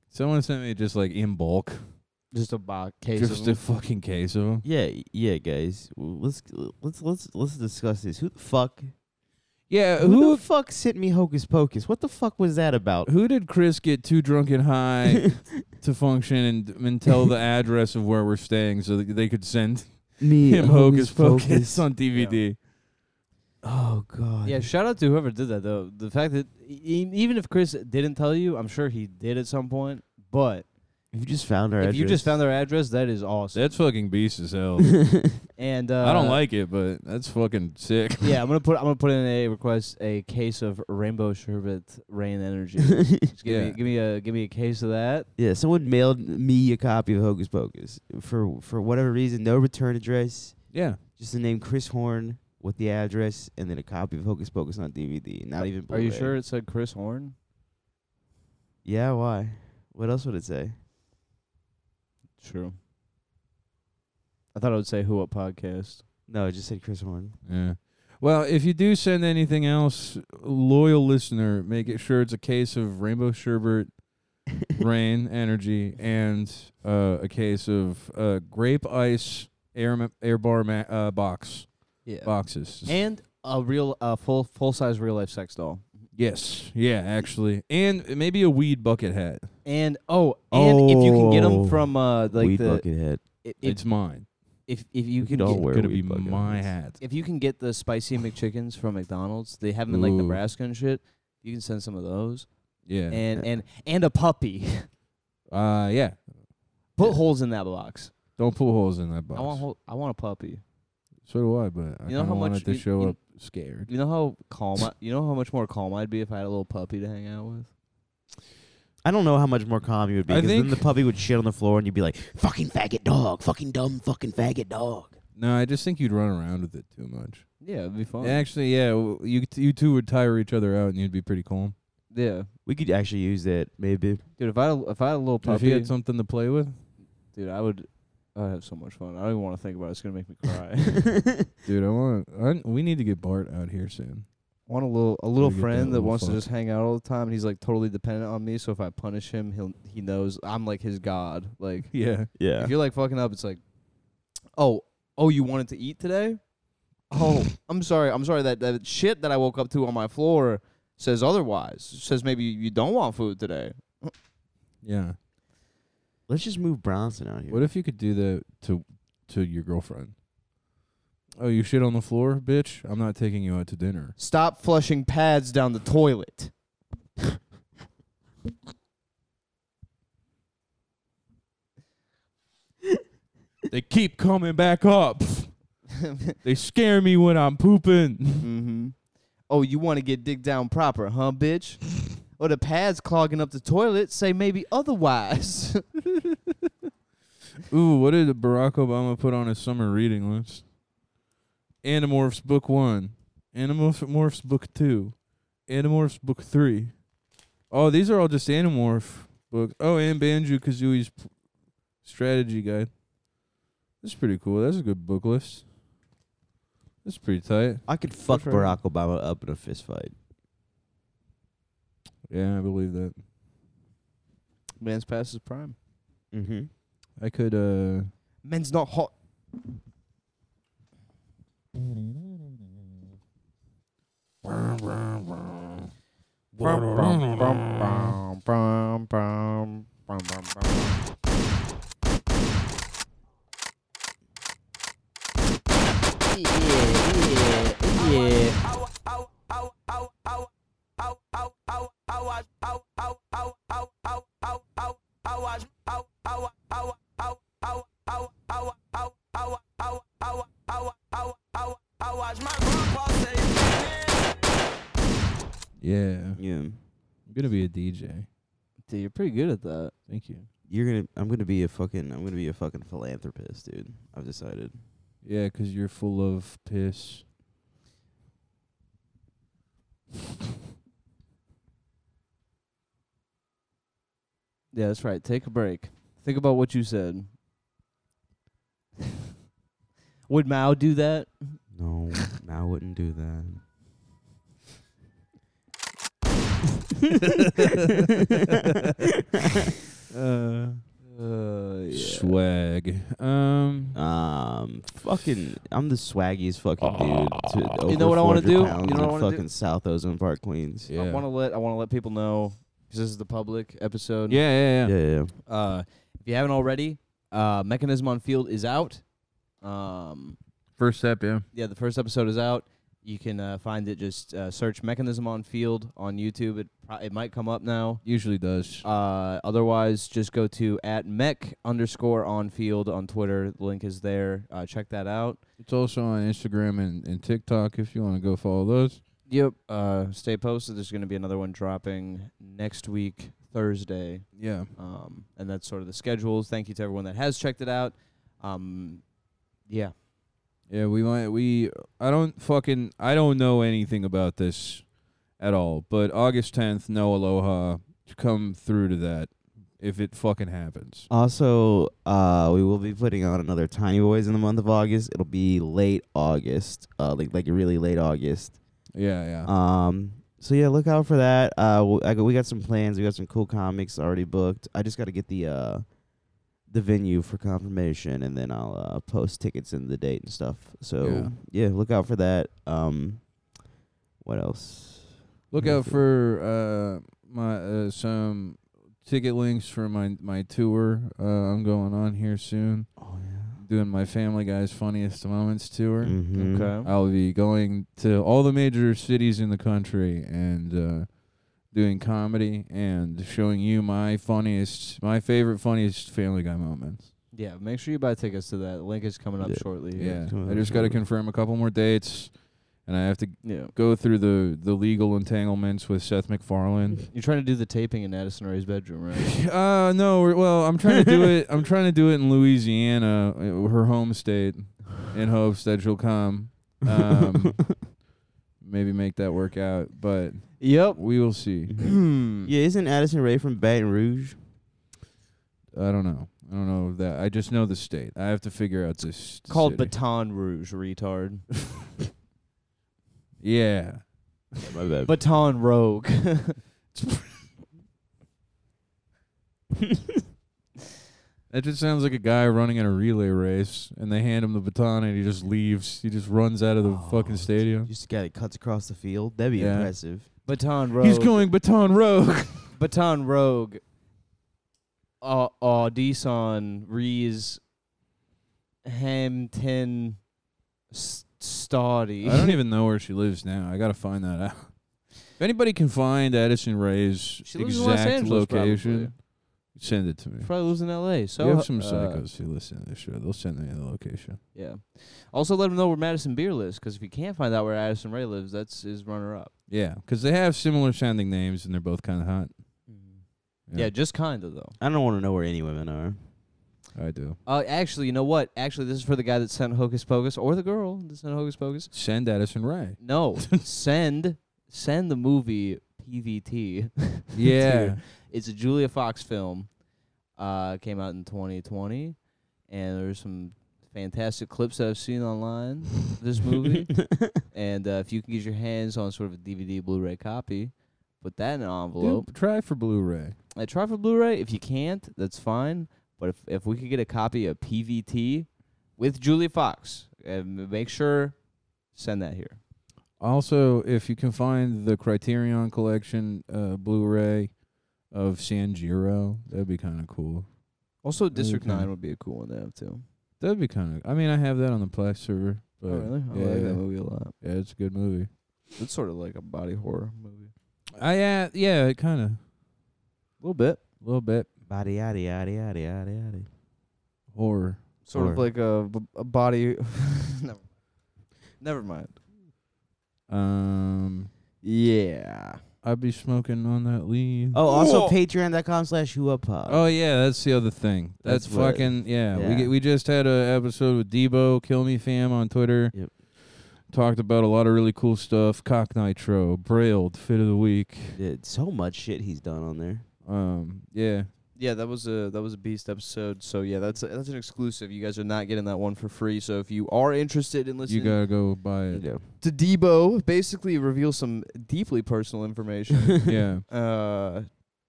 [SPEAKER 1] someone sent me just like in bulk,
[SPEAKER 2] Just a box case.
[SPEAKER 1] just a fucking case of 'em.
[SPEAKER 3] Yeah, yeah, guys. Well, Let's let's let's let's discuss this. Who the fuck?
[SPEAKER 2] Uh,
[SPEAKER 1] Yeah,
[SPEAKER 3] Who,
[SPEAKER 1] who
[SPEAKER 3] the fuck sent me Hocus Pocus? What the fuck was that about?
[SPEAKER 1] who did Chris get too drunk and high to function and, and tell the address of where we're staying so that they could send
[SPEAKER 3] me,
[SPEAKER 1] him Hocus Pocus on DVD?
[SPEAKER 3] Oh god.
[SPEAKER 2] yeah, shout out to whoever did that e, though. The fact that e- even if Chris didn't tell you, I'm sure he did at some point, but
[SPEAKER 3] If you just found our
[SPEAKER 2] if
[SPEAKER 3] address,
[SPEAKER 2] you just found their address, that is awesome.
[SPEAKER 1] That's fucking beast as hell.
[SPEAKER 2] and uh,
[SPEAKER 1] I don't like it, but that's fucking sick.
[SPEAKER 2] Yeah, I'm gonna put I'm gonna put in a request a case of rainbow sherbet rain energy. Just give
[SPEAKER 1] Yeah.
[SPEAKER 2] me give me a give me a case of that.
[SPEAKER 3] yeah, someone mailed me a copy of Hocus Pocus for for whatever reason, no return address,
[SPEAKER 1] Yeah.
[SPEAKER 3] just the name Chris Horn with the address, and then a copy of Hocus Pocus on DVD. Not even.
[SPEAKER 2] Are you
[SPEAKER 3] Blu-ray.
[SPEAKER 2] sure it said Chris Horn?
[SPEAKER 3] Yeah. Why? What else would it say?
[SPEAKER 2] True. I thought I would say Who Up Podcast.
[SPEAKER 3] No, it just said Chris Horn.
[SPEAKER 1] Yeah. Well, if you do send anything else, loyal listener, make it sure it's a case of rainbow sherbet, rain energy, and uh, a case of uh, grape ice air ma- air bar ma- uh, box
[SPEAKER 2] Yeah.
[SPEAKER 1] boxes.
[SPEAKER 2] And a real uh, full full size real life sex doll.
[SPEAKER 1] yes, yeah, actually, and maybe a weed bucket hat.
[SPEAKER 2] And oh, and if you can get them
[SPEAKER 3] Oh.
[SPEAKER 2] from uh like
[SPEAKER 3] Weed
[SPEAKER 2] the
[SPEAKER 3] bucket head.
[SPEAKER 2] i- if,
[SPEAKER 1] it's mine.
[SPEAKER 2] if if you
[SPEAKER 3] we
[SPEAKER 2] can
[SPEAKER 3] could all
[SPEAKER 2] get,
[SPEAKER 3] wear-
[SPEAKER 1] Gonna be
[SPEAKER 3] weed bucket
[SPEAKER 1] my hat.
[SPEAKER 3] hats.
[SPEAKER 2] if you can get the spicy McChickens from McDonald's, they have them in like
[SPEAKER 1] Ooh.
[SPEAKER 2] Nebraska and shit. You can send some of those.
[SPEAKER 1] Yeah.
[SPEAKER 2] And and and a puppy.
[SPEAKER 1] uh, yeah.
[SPEAKER 2] Put
[SPEAKER 1] Yeah.
[SPEAKER 2] holes in that box.
[SPEAKER 1] Don't put holes in that box.
[SPEAKER 2] I want hol- I want a puppy.
[SPEAKER 1] so do I, but I
[SPEAKER 2] You know how
[SPEAKER 1] kinda want
[SPEAKER 2] much
[SPEAKER 1] it to
[SPEAKER 2] you-
[SPEAKER 1] show
[SPEAKER 2] you-
[SPEAKER 1] up scared.
[SPEAKER 2] You know how calm I, you know how much more calm I'd be if I had a little puppy to hang out with?
[SPEAKER 3] I don't know how much more calm you would be.
[SPEAKER 1] I
[SPEAKER 3] 'cause then
[SPEAKER 1] think-
[SPEAKER 3] the puppy would shit on the floor, and you'd be like, "Fucking faggot dog, fucking dumb, fucking faggot dog."
[SPEAKER 1] No, I just think you'd run around with it too much.
[SPEAKER 2] Yeah, it'd be fun.
[SPEAKER 1] Actually, yeah, w- you t- you two would tire each other out, and you'd be pretty calm.
[SPEAKER 2] Yeah.
[SPEAKER 3] We could actually use that, maybe.
[SPEAKER 2] Dude, if I had a, if I had a little
[SPEAKER 1] If
[SPEAKER 2] puppy,
[SPEAKER 1] you had something to play with,
[SPEAKER 2] dude, I would I'd have so much fun. I don't even want to think about it. It's going to make me cry.
[SPEAKER 1] dude, I want. I, we need to get Bart out here soon.
[SPEAKER 2] want a little a little
[SPEAKER 1] get that
[SPEAKER 2] friend that
[SPEAKER 1] little
[SPEAKER 2] wants
[SPEAKER 1] fuck.
[SPEAKER 2] to just hang out all the time and he's like totally dependent on me, so if I punish him, he'll he knows I'm like his god. Like
[SPEAKER 1] Yeah,
[SPEAKER 3] Yeah.
[SPEAKER 2] if you're like fucking up, it's like oh, oh you wanted to eat today? Oh, I'm sorry. I'm sorry that that shit that I woke up to on my floor says otherwise. Says maybe you don't want food today.
[SPEAKER 1] yeah.
[SPEAKER 3] Let's just move Bronson out here.
[SPEAKER 1] What if you could do that to to your girlfriend? Oh, you shit on the floor, bitch! I'm not taking you out to dinner.
[SPEAKER 2] Stop flushing pads down the toilet.
[SPEAKER 1] they keep coming back up. they scare me when I'm pooping.
[SPEAKER 2] Mm-hmm. Oh, you want to get digged down proper, huh, bitch? or the pads clogging up the toilet say maybe otherwise.
[SPEAKER 1] Ooh, what did Barack Obama put on his summer reading list? Animorphs Book One, Animorphs Book Two, Animorphs Book Three. Oh, these are all just Animorph books. Oh, and Banjo Kazooie's p- strategy guide. That's pretty cool. That's a good book list. That's pretty tight.
[SPEAKER 3] I could fuck
[SPEAKER 1] Sure.
[SPEAKER 3] Barack Obama up in a fist fight.
[SPEAKER 1] Yeah, I believe that.
[SPEAKER 2] Man's past his prime.
[SPEAKER 3] Mm-hmm.
[SPEAKER 1] I could. uh
[SPEAKER 2] Men's not hot. Yeah, yeah,
[SPEAKER 1] Yeah, I'm
[SPEAKER 3] Yeah.
[SPEAKER 1] gonna be a DJ.
[SPEAKER 2] Dude, you're pretty good at that.
[SPEAKER 1] Thank you.
[SPEAKER 3] You're gonna. I'm gonna be a fucking. I'm gonna be a fucking philanthropist, dude. I've decided.
[SPEAKER 1] Yeah, 'cause you're full of piss.
[SPEAKER 2] Yeah, that's right. Take a break. Think about what you said. Would Mao do that?
[SPEAKER 3] No, I wouldn't do that.
[SPEAKER 1] Uh,
[SPEAKER 2] Uh,
[SPEAKER 1] Swag. Um.
[SPEAKER 3] Um, fucking, I'm the swaggiest fucking dude. To
[SPEAKER 2] You know what I wanna
[SPEAKER 3] want
[SPEAKER 2] do? You know what I
[SPEAKER 3] in
[SPEAKER 2] wanna do?
[SPEAKER 3] fucking South Ozone Park, Queens.
[SPEAKER 1] yeah.
[SPEAKER 2] I want to let I want to let people know 'cause this is the public episode.
[SPEAKER 1] yeah. Yeah.
[SPEAKER 3] Yeah,
[SPEAKER 1] Yeah.
[SPEAKER 3] yeah. yeah.
[SPEAKER 2] Uh, if you haven't already, uh, Mechanism on Field is out. Um,
[SPEAKER 1] First step. Yeah.
[SPEAKER 2] yeah, the first episode is out. You can uh, find it just uh, search Mechanism on Field on YouTube. It pro- it might come up now.
[SPEAKER 1] Usually does.
[SPEAKER 2] Uh, otherwise, just go to at mech underscore on field on Twitter. The link is there. Uh, check that out.
[SPEAKER 1] It's also on Instagram and, and TikTok if you want to go follow those.
[SPEAKER 2] Yep. Uh, stay posted. There's going to be another one dropping next week, Thursday.
[SPEAKER 1] Yeah.
[SPEAKER 2] Um, and that's sort of the schedules. Thank you to everyone that has checked it out. Um, yeah.
[SPEAKER 1] Yeah, we might we I don't fucking I don't know anything about this at all. But August 10th, no aloha. Come through to that if it fucking happens.
[SPEAKER 3] Also, uh, we will be putting on another Tiny Boys in the month of August. It'll be late August, uh, like like really late August.
[SPEAKER 1] Yeah, yeah.
[SPEAKER 3] Um, so yeah, look out for that. Uh, w- I got, we got some plans. We got some cool comics already booked. I just got to get the uh, the venue for confirmation, and then I'll uh, post tickets and the date and stuff. So yeah, look out for that. Um, what else?
[SPEAKER 1] Look
[SPEAKER 3] Yeah,
[SPEAKER 1] out
[SPEAKER 3] so-
[SPEAKER 1] for uh my uh, some ticket links for my my tour uh, I'm going on here soon.
[SPEAKER 3] Oh yeah.
[SPEAKER 1] Doing my Family Guy's Funniest Moments tour.
[SPEAKER 3] Mhm.
[SPEAKER 2] Okay.
[SPEAKER 1] I'll be going to all the major cities in the country and uh, doing comedy and showing you my funniest, my favorite funniest Family Guy moments.
[SPEAKER 2] Yeah. Make sure you buy tickets to that. The link is coming up
[SPEAKER 3] Yeah.
[SPEAKER 2] shortly. here.
[SPEAKER 1] Yeah,
[SPEAKER 3] come
[SPEAKER 1] I
[SPEAKER 3] on,
[SPEAKER 1] just got to
[SPEAKER 3] come on.
[SPEAKER 1] confirm a couple more dates, and I have to
[SPEAKER 2] Yeah.
[SPEAKER 1] go through the the legal entanglements with Seth MacFarlane.
[SPEAKER 2] You're trying to do the taping in Addison Ray's bedroom, right?
[SPEAKER 1] uh no, we're, well I'm trying to do it. I'm trying to do it in Louisiana, uh, her home state, in hopes that she'll come. Um, maybe make that work out, but
[SPEAKER 2] yep.
[SPEAKER 1] we will see. Mm.
[SPEAKER 3] Yeah, isn't Addison Ray from Baton Rouge?
[SPEAKER 1] I don't know. I don't know that. I just know the state. I have to figure out this
[SPEAKER 2] Called
[SPEAKER 1] city.
[SPEAKER 2] Baton Rouge, retard.
[SPEAKER 1] yeah.
[SPEAKER 3] My bad.
[SPEAKER 2] Baton Rogue.
[SPEAKER 1] That just sounds like a guy running in a relay race, and they hand him the baton, and he just leaves. He just runs out of the
[SPEAKER 3] Oh,
[SPEAKER 1] fucking stadium.
[SPEAKER 3] Just a guy that cuts across the field. That'd be
[SPEAKER 1] Yeah.
[SPEAKER 3] impressive.
[SPEAKER 2] Baton Rogue.
[SPEAKER 1] He's going baton rogue.
[SPEAKER 2] Baton Rogue. Uh, Audison Rees Hampton S- Stoddy.
[SPEAKER 1] I don't even know where she lives now. I gotta find that out. If anybody can find Addison Ray's
[SPEAKER 2] She lives in Los
[SPEAKER 1] exact
[SPEAKER 2] Angeles,
[SPEAKER 1] location, send it to me.
[SPEAKER 2] Probably lives in L.A. So
[SPEAKER 1] we have some
[SPEAKER 2] uh,
[SPEAKER 1] psychos who listen to this show. They'll send me the location.
[SPEAKER 2] Yeah. Also, let him know where Madison Beer lives, because if you can't find out where Addison Ray lives, that's his runner-up.
[SPEAKER 1] Yeah, 'cause they have similar sounding names, and they're both kind of hot.
[SPEAKER 2] Mm. Yeah, just kinda though.
[SPEAKER 3] I don't want to know where any women are.
[SPEAKER 1] I do.
[SPEAKER 2] Uh, actually, you know what? Actually, this is for the guy that sent Hocus Pocus or the girl that sent Hocus Pocus.
[SPEAKER 1] Send Addison Ray.
[SPEAKER 2] No, send send the movie PVT.
[SPEAKER 1] Yeah.
[SPEAKER 2] It's a Julia Fox film. Uh, came out in 2020, and there's some fantastic clips that I've seen online. of this movie, and uh, if you can get your hands on sort of a DVD, Blu-ray copy, put that in an envelope.
[SPEAKER 1] Do, try for Blu-ray.
[SPEAKER 2] I try for Blu-ray. If you can't, that's fine. But if if we could get a copy of PVT with Julia Fox, and make sure send that here.
[SPEAKER 1] Also, if you can find the Criterion Collection uh, Blu-ray of Sanjiro, that'd be kind of cool.
[SPEAKER 2] Also, District
[SPEAKER 1] Okay.
[SPEAKER 2] Nine would be a cool one to have too.
[SPEAKER 1] That'd be kind of. I mean, I have that on the Plex server. But
[SPEAKER 2] oh, really? I
[SPEAKER 1] yeah,
[SPEAKER 2] like that movie a lot.
[SPEAKER 1] yeah, it's a good movie.
[SPEAKER 2] It's sort of like a body horror movie.
[SPEAKER 1] I uh, yeah, it kind of a
[SPEAKER 2] A little bit.
[SPEAKER 1] little bit
[SPEAKER 3] Body, yaddy, yaddy, yaddy, yaddy, yaddy.
[SPEAKER 1] horror.
[SPEAKER 2] Sort of
[SPEAKER 3] Horror.
[SPEAKER 2] like a, b- a body. Never. Never mind.
[SPEAKER 1] Um,
[SPEAKER 2] Yeah.
[SPEAKER 1] I'd be smoking on that leaf.
[SPEAKER 3] Oh, also patreon.com slash who up pod.
[SPEAKER 1] Oh yeah, that's the other thing. That's,
[SPEAKER 3] That's what-
[SPEAKER 1] fucking yeah. We
[SPEAKER 3] yeah.
[SPEAKER 1] get, we just had a episode with Debo, Kill Me Fam on Twitter.
[SPEAKER 3] Yep.
[SPEAKER 1] Talked about a lot of really cool stuff. Cock Nitro, Brailed, Fit of the Week.
[SPEAKER 3] Dude, so much shit he's done on there.
[SPEAKER 1] Um, yeah,
[SPEAKER 2] Yeah, that was a that was a beast episode. So yeah, that's a, that's an exclusive. You guys are not getting that one for free. So if you are interested in
[SPEAKER 1] you
[SPEAKER 2] listening
[SPEAKER 1] gotta go buy it.
[SPEAKER 2] to Debo, basically reveal some deeply personal information.
[SPEAKER 1] yeah,
[SPEAKER 2] uh,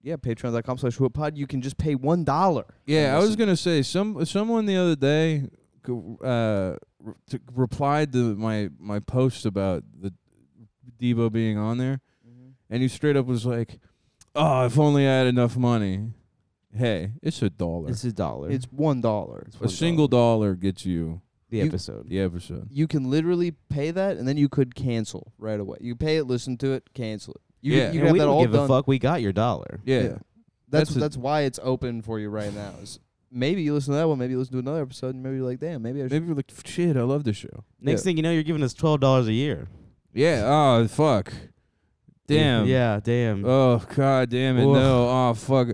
[SPEAKER 2] yeah, patreon.com slash whoopod. You can just pay one dollar.
[SPEAKER 1] yeah. I was gonna say some someone the other day, g- uh, re- t- replied to my my post about the Debo being on there,
[SPEAKER 2] Mm-hmm.
[SPEAKER 1] and he straight up was like, "Oh, if only I had enough money." Hey, it's a dollar.
[SPEAKER 3] It's a dollar.
[SPEAKER 2] It's one dollar.
[SPEAKER 1] A single dollar gets you
[SPEAKER 3] the
[SPEAKER 2] You-
[SPEAKER 3] episode.
[SPEAKER 1] The episode.
[SPEAKER 2] You can literally pay that, and then you could cancel right away. You pay it, listen to it, cancel it. You,
[SPEAKER 1] Yeah.
[SPEAKER 2] you
[SPEAKER 3] And
[SPEAKER 2] have
[SPEAKER 3] we
[SPEAKER 2] that
[SPEAKER 3] don't
[SPEAKER 2] all
[SPEAKER 3] give
[SPEAKER 2] done.
[SPEAKER 3] a fuck. We got your dollar.
[SPEAKER 1] Yeah.
[SPEAKER 2] Yeah. That's
[SPEAKER 1] That's a-
[SPEAKER 2] that's, why it's open for you right now. Is maybe you listen to that one, maybe you listen to another episode, and maybe you're like, damn, maybe I should.
[SPEAKER 1] Maybe you're like, shit, I love this show.
[SPEAKER 3] Next
[SPEAKER 2] Yeah.
[SPEAKER 3] thing you know, you're giving us twelve dollars a year.
[SPEAKER 1] Yeah. Oh fuck. Damn.
[SPEAKER 3] Yeah. Damn.
[SPEAKER 1] Oh god damn it.
[SPEAKER 3] Ugh.
[SPEAKER 1] No. Oh fuck.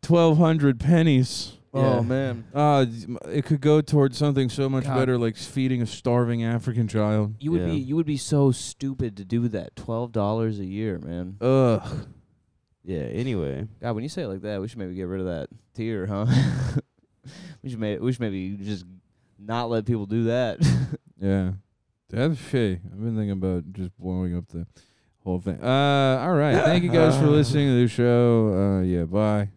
[SPEAKER 1] Twelve hundred pennies.
[SPEAKER 2] Oh
[SPEAKER 3] Yeah.
[SPEAKER 2] man,
[SPEAKER 1] Uh, d- m- it could go towards something so much
[SPEAKER 2] God.
[SPEAKER 1] better, like s- feeding a starving African child.
[SPEAKER 2] you would
[SPEAKER 3] Yeah.
[SPEAKER 2] be you would be so stupid to do that. Twelve dollars a year, man.
[SPEAKER 1] Ugh.
[SPEAKER 3] yeah. Anyway.
[SPEAKER 2] God, when you say it like that, we should maybe get rid of that tier, huh? we should maybe we should maybe just not let people do that.
[SPEAKER 1] Yeah. That's shit. I've been thinking about just blowing up the whole thing. Uh, all right. Thank you guys for listening to the show. Uh, yeah. Bye.